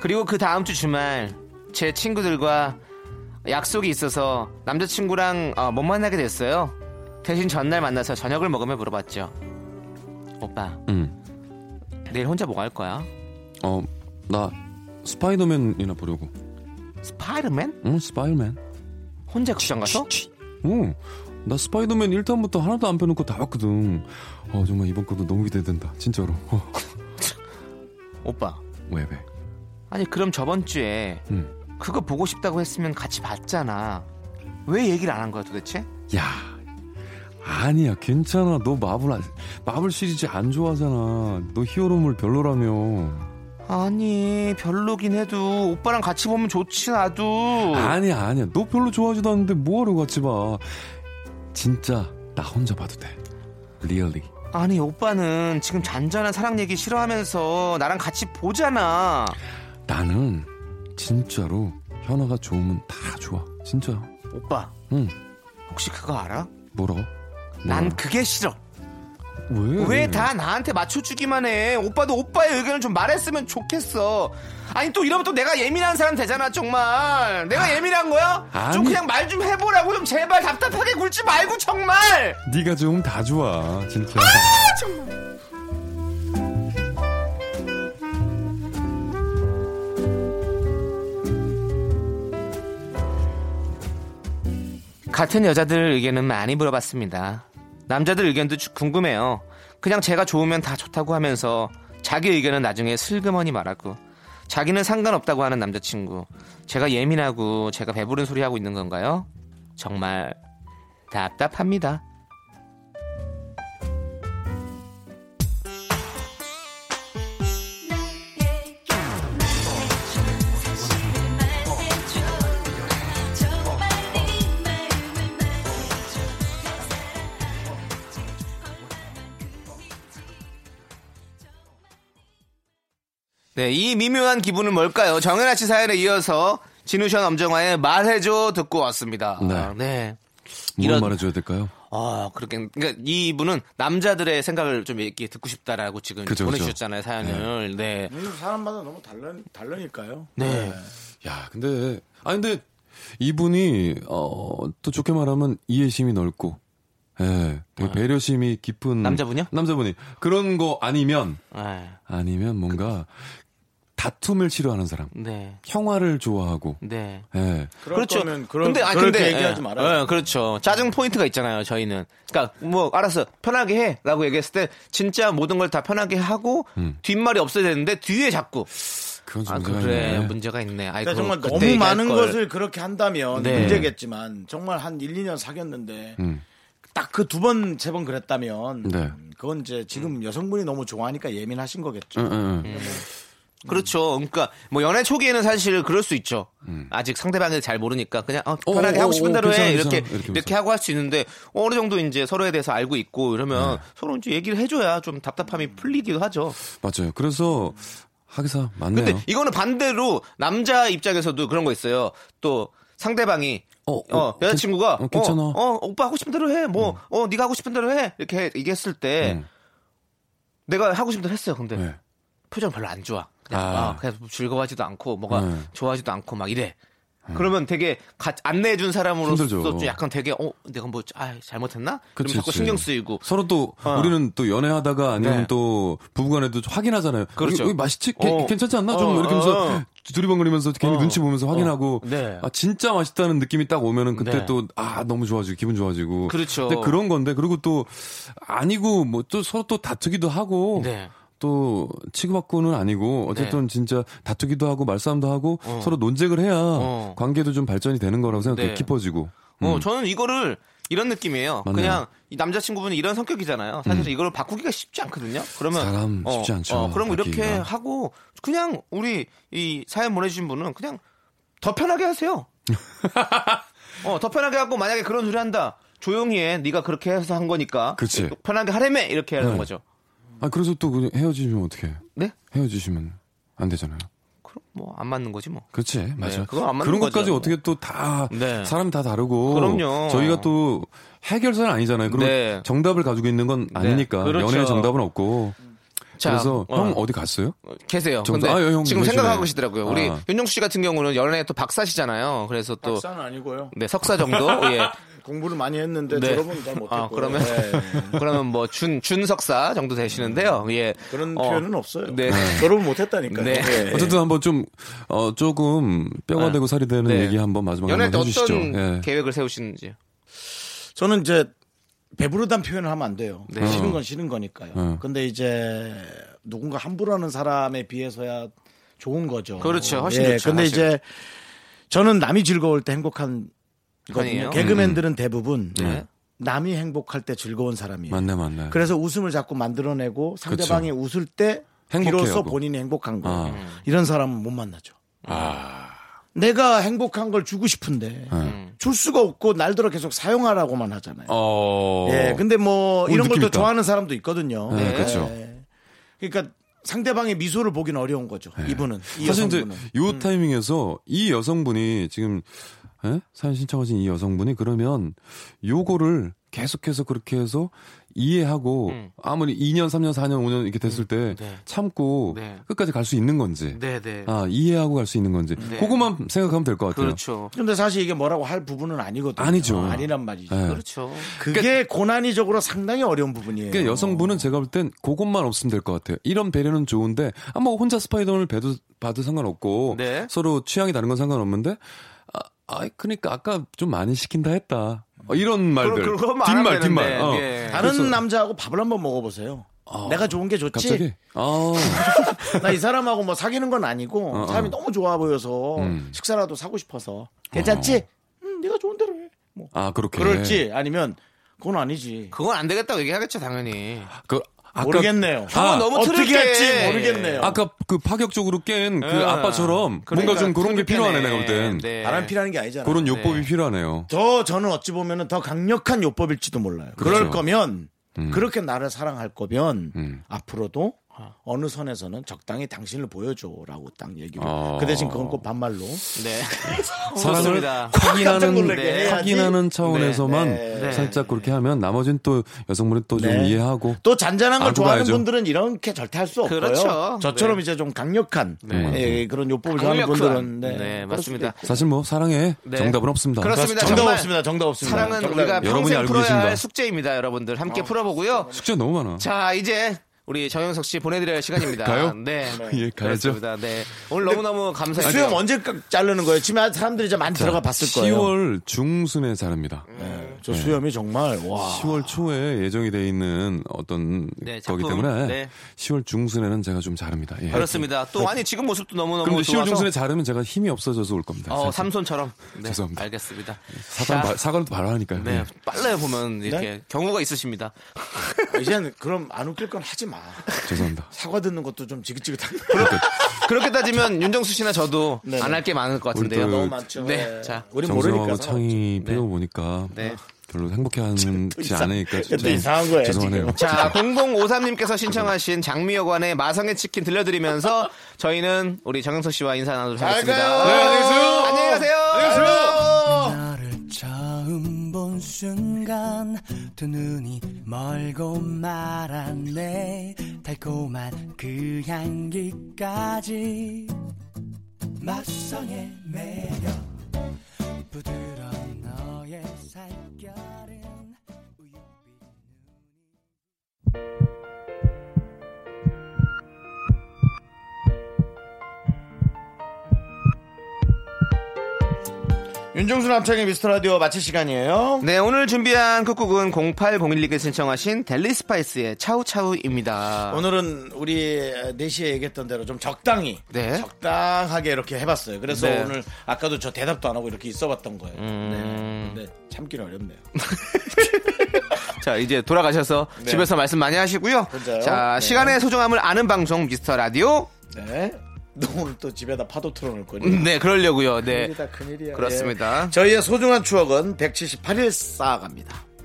Speaker 2: 그리고 그 다음 주 주말 제 친구들과 약속이 있어서 남자친구랑 어, 못 만나게 됐어요 대신 전날 만나서 저녁을 먹으며 물어봤죠 오빠
Speaker 7: 응어나
Speaker 2: 내일 혼자 뭐 할 거야?
Speaker 7: 어, 스파이더맨이나 보려고
Speaker 2: 스파이더맨?
Speaker 7: 응 스파이더맨
Speaker 2: 혼자 극장 가서?
Speaker 7: 응. 어, 나 스파이더맨 1탄부터 하나도 안 빼놓고 다 봤거든. 어, 정말 이번 것도 너무 기대된다. 진짜로. 어,
Speaker 2: 오빠
Speaker 7: 왜, 왜?
Speaker 2: 아니 그럼 저번 주에 그거 보고 싶다고 했으면 같이 봤잖아. 왜 얘기를 안 한 거야 도대체?
Speaker 7: 야 아니야 괜찮아 너 마블 안- 마블 시리즈 안 좋아하잖아 너 히어로물 별로라며
Speaker 2: 아니 별로긴 해도 오빠랑 같이 보면 좋지 나도.
Speaker 7: 아니야 아니야 너 별로 좋아하지도 않는데 뭐하러 같이 봐 진짜 나 혼자 봐도 돼 리얼리
Speaker 2: 아니 오빠는 지금 잔잔한 사랑 얘기 싫어하면서 나랑 같이 보잖아.
Speaker 7: 나는 진짜로 현아가 좋으면 다 좋아 진짜
Speaker 2: 오빠
Speaker 7: 응
Speaker 2: 혹시 그거 알아?
Speaker 7: 뭐라고
Speaker 2: 난 그게 싫어.
Speaker 7: 왜?
Speaker 2: 왜 다 나한테 맞춰주기만 해? 오빠도 오빠의 의견을 좀 말했으면 좋겠어. 아니 또 이러면 또 내가 예민한 사람 되잖아 정말. 내가 예민한 거야? 좀
Speaker 7: 아니.
Speaker 2: 그냥 말 좀 해보라고 좀 제발 답답하게 굴지 말고 정말.
Speaker 7: 네가 좋으면 다 좋아 진짜
Speaker 2: 아 정말. 같은 여자들 의견은 많이 물어봤습니다. 남자들 의견도 주- 궁금해요. 그냥 제가 좋으면 다 좋다고 하면서 자기 의견은 나중에 슬그머니 말하고 자기는 상관없다고 하는 남자친구. 제가 예민하고 제가 배부른 소리 하고 있는 건가요? 정말 답답합니다. 네, 이 미묘한 기분은 뭘까요? 정연아 씨 사연에 이어서 진우션 엄정화의 말해줘 듣고 왔습니다. 아, 네.
Speaker 7: 뭘
Speaker 2: 이런-
Speaker 7: 말해줘야 될까요?
Speaker 2: 아, 그렇게 그러니까 이분은 남자들의 생각을 좀 얘기 듣고 싶다라고 지금
Speaker 7: 그죠, 그죠.
Speaker 2: 보내주셨잖아요 사연을. 네.
Speaker 1: 사람마다 너무 달라, 달라니까요.
Speaker 2: 네.
Speaker 7: 야, 근데 아니 근데 이분이 어또 좋게 말하면 이해심이 넓고 예, 되게 배려심이 깊은
Speaker 2: 아. 남자분이요?
Speaker 7: 남자분이 그런 거 아니면
Speaker 2: 네.
Speaker 7: 아니면 뭔가 다툼을 싫어하는 사람,
Speaker 2: 네.
Speaker 7: 평화를 좋아하고,
Speaker 2: 네.
Speaker 7: 예,
Speaker 2: 그렇죠. 근데 아
Speaker 1: 그렇게
Speaker 2: 근데
Speaker 1: 얘기하지
Speaker 2: 예,
Speaker 1: 말아요.
Speaker 2: 예, 그렇죠. 짜증 포인트가 있잖아요. 저희는. 그러니까 뭐 알았어 편하게 해라고 얘기했을 때 진짜 모든 걸 다 편하게 하고
Speaker 7: 음.
Speaker 2: 뒷말이 없어야 되는데 뒤에 자꾸
Speaker 7: 그건 좀
Speaker 2: 아
Speaker 7: 문제가
Speaker 2: 그래
Speaker 7: 있네.
Speaker 2: 문제가 있네. 아이
Speaker 1: 그러니까
Speaker 2: 그거
Speaker 1: 정말
Speaker 2: 그때
Speaker 1: 너무
Speaker 2: 얘기할
Speaker 1: 많은
Speaker 2: 걸.
Speaker 1: 것을 그렇게 한다면
Speaker 2: 네.
Speaker 1: 문제겠지만 정말 한 1, 2년 사귀었는데
Speaker 7: 음.
Speaker 1: 딱 그 두 번 세 번 그랬다면
Speaker 7: 네.
Speaker 1: 음, 그건 이제 지금 여성분이 너무 좋아하니까 예민하신
Speaker 2: 음.
Speaker 1: 거겠죠.
Speaker 7: 응, 응, 응.
Speaker 2: 그렇죠. 그러니까 뭐 연애 초기에는 사실 그럴 수 있죠. 아직 상대방을 잘 모르니까 그냥 어, 편하게
Speaker 7: 음. 어, 어,
Speaker 2: 하고 싶은 대로
Speaker 7: 어,
Speaker 2: 해
Speaker 7: 괜찮아,
Speaker 2: 이렇게
Speaker 7: 괜찮아. 이렇게
Speaker 2: 이렇게, 하고 할 수 있는데 어느 정도 이제 서로에 대해서 알고 있고
Speaker 7: 네.
Speaker 2: 이러면 서로 이제 얘기를 해줘야 좀 답답함이
Speaker 7: 음.
Speaker 2: 풀리기도 하죠.
Speaker 7: 맞아요. 그래서 하기사 맞네요.
Speaker 2: 근데 이거는 반대로 남자 입장에서도 그런 거 있어요. 또 상대방이
Speaker 7: 어,
Speaker 2: 어, 여자친구가
Speaker 7: 괜- 어, 괜찮아.
Speaker 2: 어, 어, 오빠 하고 싶은 대로 해. 뭐 어, 네가 하고 싶은 대로 해. 이렇게 해- 얘기했을 때
Speaker 7: 음.
Speaker 2: 내가 하고 싶은 대로 했어요. 근데
Speaker 7: 네.
Speaker 2: 표정 별로 안 좋아. 그냥,
Speaker 7: 아.
Speaker 2: 아, 그냥 즐거워하지도 않고 뭐가
Speaker 7: 네.
Speaker 2: 좋아하지도 않고 막 이래. 그러면 되게 같이 안내해 준 사람으로서
Speaker 7: 힘들죠.
Speaker 2: 좀 약간 되게 어 내가 뭐 아, 잘못했나? 그럼
Speaker 7: 그치,
Speaker 2: 자꾸
Speaker 7: 그치.
Speaker 2: 신경 쓰이고
Speaker 7: 서로 또
Speaker 2: 어.
Speaker 7: 우리는 또 연애하다가 아니면
Speaker 2: 네.
Speaker 7: 또 부부간에도 좀 확인하잖아요.
Speaker 2: 그렇죠.
Speaker 7: 여기, 여기 맛있지? 개-
Speaker 2: 어.
Speaker 7: 괜찮지 않나? 좀
Speaker 2: 어,
Speaker 7: 이렇게 하면서
Speaker 2: 어.
Speaker 7: 두리번거리면서 괜히
Speaker 2: 어.
Speaker 7: 눈치 보면서 확인하고
Speaker 2: 네.
Speaker 7: 아 진짜 맛있다는 느낌이 딱 오면은 그때
Speaker 2: 네.
Speaker 7: 또 아 너무 좋아지고 기분 좋아지고
Speaker 2: 그렇죠.
Speaker 7: 근데 그런 건데 그리고 또 아니고 뭐 또 서로 또 다투기도 하고
Speaker 2: 네.
Speaker 7: 또 치고받고는 아니고 어쨌든 진짜 다투기도 하고 말싸움도 하고
Speaker 2: 어.
Speaker 7: 서로 논쟁을 해야
Speaker 2: 어.
Speaker 7: 관계도 좀 발전이 되는 거라고 생각해요.
Speaker 2: 네.
Speaker 7: 깊어지고.
Speaker 2: 어, 저는 이거를 이런 느낌이에요.
Speaker 7: 음. 맞네요. 음.
Speaker 2: 그냥 이 남자친구분이 이런 성격이잖아요. 사실 이걸 바꾸기가 쉽지 않거든요. 그러면 어,
Speaker 7: 사람 쉽지 않죠,
Speaker 2: 그럼 이렇게
Speaker 7: 바뀌기가.
Speaker 2: 하고 그냥 우리 이 사연 보내주신 분은 그냥 더 편하게 하세요. 어, 더 편하게 하고 만약에 그런 소리 한다. 조용히 해. 네가 그렇게 해서 한 거니까.
Speaker 7: 그치.
Speaker 2: 편하게 하래매 이렇게 하는
Speaker 7: 네.
Speaker 2: 거죠.
Speaker 7: 아 그래서 또 그냥 헤어지면 어떻게?
Speaker 2: 네?
Speaker 7: 헤어지시면 안 되잖아요.
Speaker 2: 그럼 뭐 안 맞는 거지 뭐.
Speaker 7: 그렇지, 맞아. 요
Speaker 2: 그건 안 맞는
Speaker 7: 그런 것까지
Speaker 2: 거죠.
Speaker 7: 어떻게 또 다
Speaker 2: 네.
Speaker 7: 사람이 다 다르고.
Speaker 2: 그럼요.
Speaker 7: 저희가 또 해결사는 아니잖아요. 그럼
Speaker 2: 네.
Speaker 7: 정답을 가지고 있는 건 아니니까
Speaker 2: 그렇죠.
Speaker 7: 연애의 정답은 없고.
Speaker 2: 자,
Speaker 7: 그래서
Speaker 2: 어.
Speaker 7: 형 어디 갔어요?
Speaker 2: 계세요. 근데
Speaker 7: 정답. 아, 형
Speaker 2: 지금
Speaker 7: 보내주네.
Speaker 2: 생각하고 계시더라고요. 우리
Speaker 7: 아.
Speaker 2: 윤정수 씨 같은 경우는 연애 또 박사시잖아요. 그래서 또
Speaker 1: 박사는 아니고요.
Speaker 2: 네, 석사 정도. 예.
Speaker 1: 공부를 많이 했는데
Speaker 2: 네.
Speaker 1: 졸업은 잘 못했고요.
Speaker 2: 아, 그러면
Speaker 1: 예.
Speaker 2: 그러면 뭐 준 준석사 정도 되시는데요. 예.
Speaker 1: 음. 그런
Speaker 2: 어,
Speaker 1: 표현은 없어요.
Speaker 2: 네.
Speaker 1: 졸업을 못했다니까요.
Speaker 2: 네.
Speaker 1: 예.
Speaker 7: 어쨌든 한번 좀, 어, 조금 뼈가
Speaker 2: 아.
Speaker 7: 되고 살이 되는
Speaker 2: 네.
Speaker 7: 얘기 한번 마지막에
Speaker 2: 연애 때
Speaker 7: 한번 해주시죠.
Speaker 2: 어떤
Speaker 7: 예.
Speaker 2: 계획을 세우시는지.
Speaker 1: 저는 이제 배부르단 표현을 하면 안 돼요.
Speaker 2: 네.
Speaker 1: 싫은 건 싫은 거니까요.
Speaker 7: 어.
Speaker 1: 근데 이제 누군가 함부로 하는 사람에 비해서야 좋은 거죠.
Speaker 2: 그렇죠. 훨씬
Speaker 1: 예,
Speaker 2: 좋죠,
Speaker 1: 근데
Speaker 2: 사실.
Speaker 1: 이제 저는 남이 즐거울 때 행복한
Speaker 2: 아니에요?
Speaker 1: 거든요. 뭐 개그맨들은 대부분
Speaker 7: 네.
Speaker 1: 남이 행복할 때 즐거운 사람이에요.
Speaker 7: 맞네, 맞네.
Speaker 1: 그래서 웃음을 자꾸 만들어내고 상대방이 웃을 때
Speaker 7: 행복해요,
Speaker 1: 비로소
Speaker 7: 그거.
Speaker 1: 본인이 행복한 거.
Speaker 7: 아.
Speaker 1: 요 이런 사람은 못 만나죠.
Speaker 7: 아,
Speaker 1: 내가 행복한 걸 주고 싶은데 줄 수가 없고 날들어 계속 사용하라고만 하잖아요.
Speaker 7: 어.
Speaker 1: 예, 근데 뭐
Speaker 7: 오,
Speaker 1: 이런 걸
Speaker 7: 느낌
Speaker 1: 더
Speaker 7: 있다.
Speaker 1: 좋아하는 사람도 있거든요.
Speaker 7: 네, 그렇죠.
Speaker 1: 예. 그러니까 상대방의 미소를 보긴 어려운 거죠. 이분은 이
Speaker 7: 네. 사실 이제
Speaker 1: 여성분은.
Speaker 7: 요
Speaker 2: 음.
Speaker 7: 타이밍에서 이 여성분이 지금 예? 사연 신청하신 이 여성분이 그러면 요거를 계속해서 그렇게 해서 이해하고
Speaker 2: 음.
Speaker 7: 아무리 2년, 3년, 4년, 5년 이렇게 됐을 때 참고
Speaker 2: 네.
Speaker 7: 끝까지 갈 수 있는 건지
Speaker 2: 네, 네.
Speaker 7: 아 이해하고 갈 수 있는 건지
Speaker 2: 네.
Speaker 7: 그거만 생각하면 될 것 같아요.
Speaker 2: 그렇죠.
Speaker 1: 근데 사실 이게 뭐라고 할 부분은 아니거든요.
Speaker 7: 아니죠.
Speaker 1: 아니란 말이죠.
Speaker 7: 예.
Speaker 2: 그렇죠.
Speaker 1: 그게 고난이적으로 상당히 어려운 부분이에요.
Speaker 2: 예.
Speaker 7: 그러니까 여성분은 제가 볼 땐 그것만 없으면 될 것 같아요. 이런 배려는 좋은데 아마 혼자 스파이더맨을 봐도, 봐도 상관없고
Speaker 2: 네.
Speaker 7: 서로 취향이 다른 건 상관없는데 아, 아 그러니까 아까 좀 많이 시킨다 했다. 어, 이런 말들.
Speaker 2: 그럼 그것만 안
Speaker 7: 뒷말
Speaker 2: 하면
Speaker 7: 뒷말.
Speaker 2: 되는데,
Speaker 7: 어.
Speaker 2: 예.
Speaker 1: 다른 남자하고 밥을 한번 먹어보세요. 내가 좋은 게 좋지.
Speaker 7: 아, 갑자기 아
Speaker 1: 나 이 사람하고 뭐 사귀는 건 아니고
Speaker 7: 어, 어.
Speaker 1: 사람이 너무 좋아 보여서
Speaker 7: 음.
Speaker 1: 식사라도 사고 싶어서 괜찮지? 음, 네가 좋은 대로 해. 뭐
Speaker 7: 아, 그렇게.
Speaker 1: 그럴지 아니면 그건 아니지.
Speaker 2: 그건 안 되겠다고 얘기하겠죠, 당연히.
Speaker 7: 그 아까
Speaker 1: 모르겠네요.
Speaker 7: 아,
Speaker 2: 너무
Speaker 1: 어떻게
Speaker 2: 틀을게.
Speaker 1: 할지 모르겠네요.
Speaker 7: 아까 그 파격적으로 깬 그
Speaker 2: 예.
Speaker 7: 아빠처럼 뭔가
Speaker 2: 그러니까
Speaker 7: 좀 그런 게
Speaker 2: 틀을게네.
Speaker 7: 필요하네 내가 볼 땐.
Speaker 2: 네.
Speaker 1: 바람 피라는 게 아니잖아요.
Speaker 7: 그런 요법이 필요하네요.
Speaker 1: 더 저는 어찌 보면 더 강력한 요법일지도 몰라요. 그럴
Speaker 7: 그렇죠.
Speaker 1: 거면
Speaker 7: 음.
Speaker 1: 그렇게 나를 사랑할 거면
Speaker 7: 음.
Speaker 1: 앞으로도
Speaker 2: 아.
Speaker 1: 어느 선에서는 적당히 당신을 보여줘라고 딱 얘기를.
Speaker 7: 어.
Speaker 1: 그 대신 그건 꼭 반말로.
Speaker 2: 네.
Speaker 7: 사랑을
Speaker 2: 그렇습니다.
Speaker 1: 깜짝
Speaker 7: 아, 확인하는
Speaker 1: 놀라게 해야지.
Speaker 7: 네. 확인하는 차원에서만
Speaker 1: 네, 네.
Speaker 7: 살짝 그렇게 하면 나머지는 또 여성분이 또 좀
Speaker 1: 네.
Speaker 7: 이해하고
Speaker 1: 또 잔잔한 걸
Speaker 7: 알고
Speaker 1: 좋아하는
Speaker 7: 가야죠.
Speaker 1: 분들은 이렇게 절대 할 수 없고요.
Speaker 2: 그렇죠.
Speaker 1: 저처럼
Speaker 2: 네.
Speaker 1: 이제 좀 강력한 예, 그런 요법을 좋아하는
Speaker 2: 강력한.
Speaker 1: 분들은
Speaker 2: 네, 맞습니다.
Speaker 7: 사실 뭐 사랑에
Speaker 2: 네.
Speaker 7: 정답은 없습니다.
Speaker 2: 그렇습니다.
Speaker 1: 정답
Speaker 2: 정말
Speaker 1: 없습니다. 정답 없습니다.
Speaker 2: 사랑은
Speaker 1: 정답.
Speaker 2: 우리가
Speaker 7: 여러분이
Speaker 2: 평생
Speaker 7: 알고
Speaker 2: 풀어야 할
Speaker 7: 계십니다.
Speaker 2: 숙제입니다, 여러분들. 함께 풀어보고요.
Speaker 7: 숙제 너무 많아.
Speaker 2: 자, 이제 우리 정영석 씨 보내드려야 할 시간입니다.
Speaker 7: 가요?
Speaker 2: 네.
Speaker 7: 예, 가야죠.
Speaker 2: 그렇습니다. 네. 오늘 너무너무 감사해요.
Speaker 1: 수염 언제 자르는 거예요? 치마 사람들이 이제 많이 들어가 봤을 거예요. 네.
Speaker 7: 10월 중순에 자릅니다.
Speaker 2: 음.
Speaker 1: 저 수염이 정말 와.
Speaker 7: 10월 초에 예정이 돼 있는 어떤
Speaker 2: 아. 네, 작품.
Speaker 7: 거기 때문에
Speaker 2: 네.
Speaker 7: 10월 중순에는 제가 좀 자릅니다. 예.
Speaker 2: 그렇습니다. 또 아니 지금 모습도 너무너무
Speaker 7: 그런데 10월
Speaker 2: 좋아서
Speaker 7: 중순에 자르면 제가 힘이 없어져서 올 겁니다.
Speaker 2: 어,
Speaker 7: 사실.
Speaker 2: 삼손처럼. 네,
Speaker 7: 죄송합니다.
Speaker 2: 알겠습니다.
Speaker 7: 사과는
Speaker 2: 자,
Speaker 7: 바- 사과는 바로 하니까요.
Speaker 2: 네,
Speaker 7: 예.
Speaker 2: 빨라요 보면 이렇게 경우가 있으십니다.
Speaker 1: 이제는 그럼 안 웃길 건 하지 마.
Speaker 7: 죄송합니다.
Speaker 1: 사과 듣는 것도 좀 지긋지긋한.
Speaker 2: 그렇게 따지면 윤정수 씨나 저도
Speaker 1: 네네.
Speaker 2: 안 할 게 많을 것
Speaker 7: 우리 또
Speaker 2: 같은데요.
Speaker 1: 너무 많죠.
Speaker 2: 네,
Speaker 1: 예.
Speaker 2: 자,
Speaker 1: 우리 모르니까.
Speaker 7: 정성하고 창희 배우 보니까
Speaker 2: 네.
Speaker 7: 별로 행복해하지 않으니까 진짜
Speaker 1: 또 이상한 거예요,
Speaker 7: 죄송하네요.
Speaker 1: 지금.
Speaker 2: 자, 0053님께서 신청하신 장미여관의 마성의 치킨 들려드리면서 저희는 우리 정영석 씨와 인사 나누도록 하겠습니다.
Speaker 1: 가요. 네, 안녕히
Speaker 2: 계세요. 안녕히 가세요. 안녕히 가세요.
Speaker 3: 나를 처음 본 순간 두 눈이 멀고 말았네 달콤한 그 향기까지 맞성의 매력 부드러운 너의 살결은
Speaker 1: 윤종수 남창의 미스터 라디오 마칠 시간이에요.
Speaker 2: 네, 오늘 준비한 쿡쿡은 0801님께 신청하신 델리 스파이스의 차우차우입니다.
Speaker 1: 오늘은 우리 4시에 얘기했던 대로 좀 적당히
Speaker 2: 네.
Speaker 1: 적당하게 이렇게 해봤어요. 그래서
Speaker 2: 네.
Speaker 1: 오늘 아까도 저 대답도 안 하고 이렇게 있어봤던 거예요.
Speaker 2: 음.
Speaker 1: 네. 근데 참기는 어렵네요.
Speaker 2: 자, 이제 돌아가셔서 집에서 말씀 많이 하시고요.
Speaker 1: 혼자요?
Speaker 2: 자,
Speaker 1: 네.
Speaker 2: 시간의 소중함을 아는 방송 미스터 라디오.
Speaker 1: 네. 너 오늘 또 집에다 파도 틀어놓을 거니?
Speaker 2: 네, 그러려고요. 네.
Speaker 1: 큰일이다 큰일이야.
Speaker 2: 그렇습니다.
Speaker 1: 예. 저희의 소중한 추억은 178일 쌓아갑니다.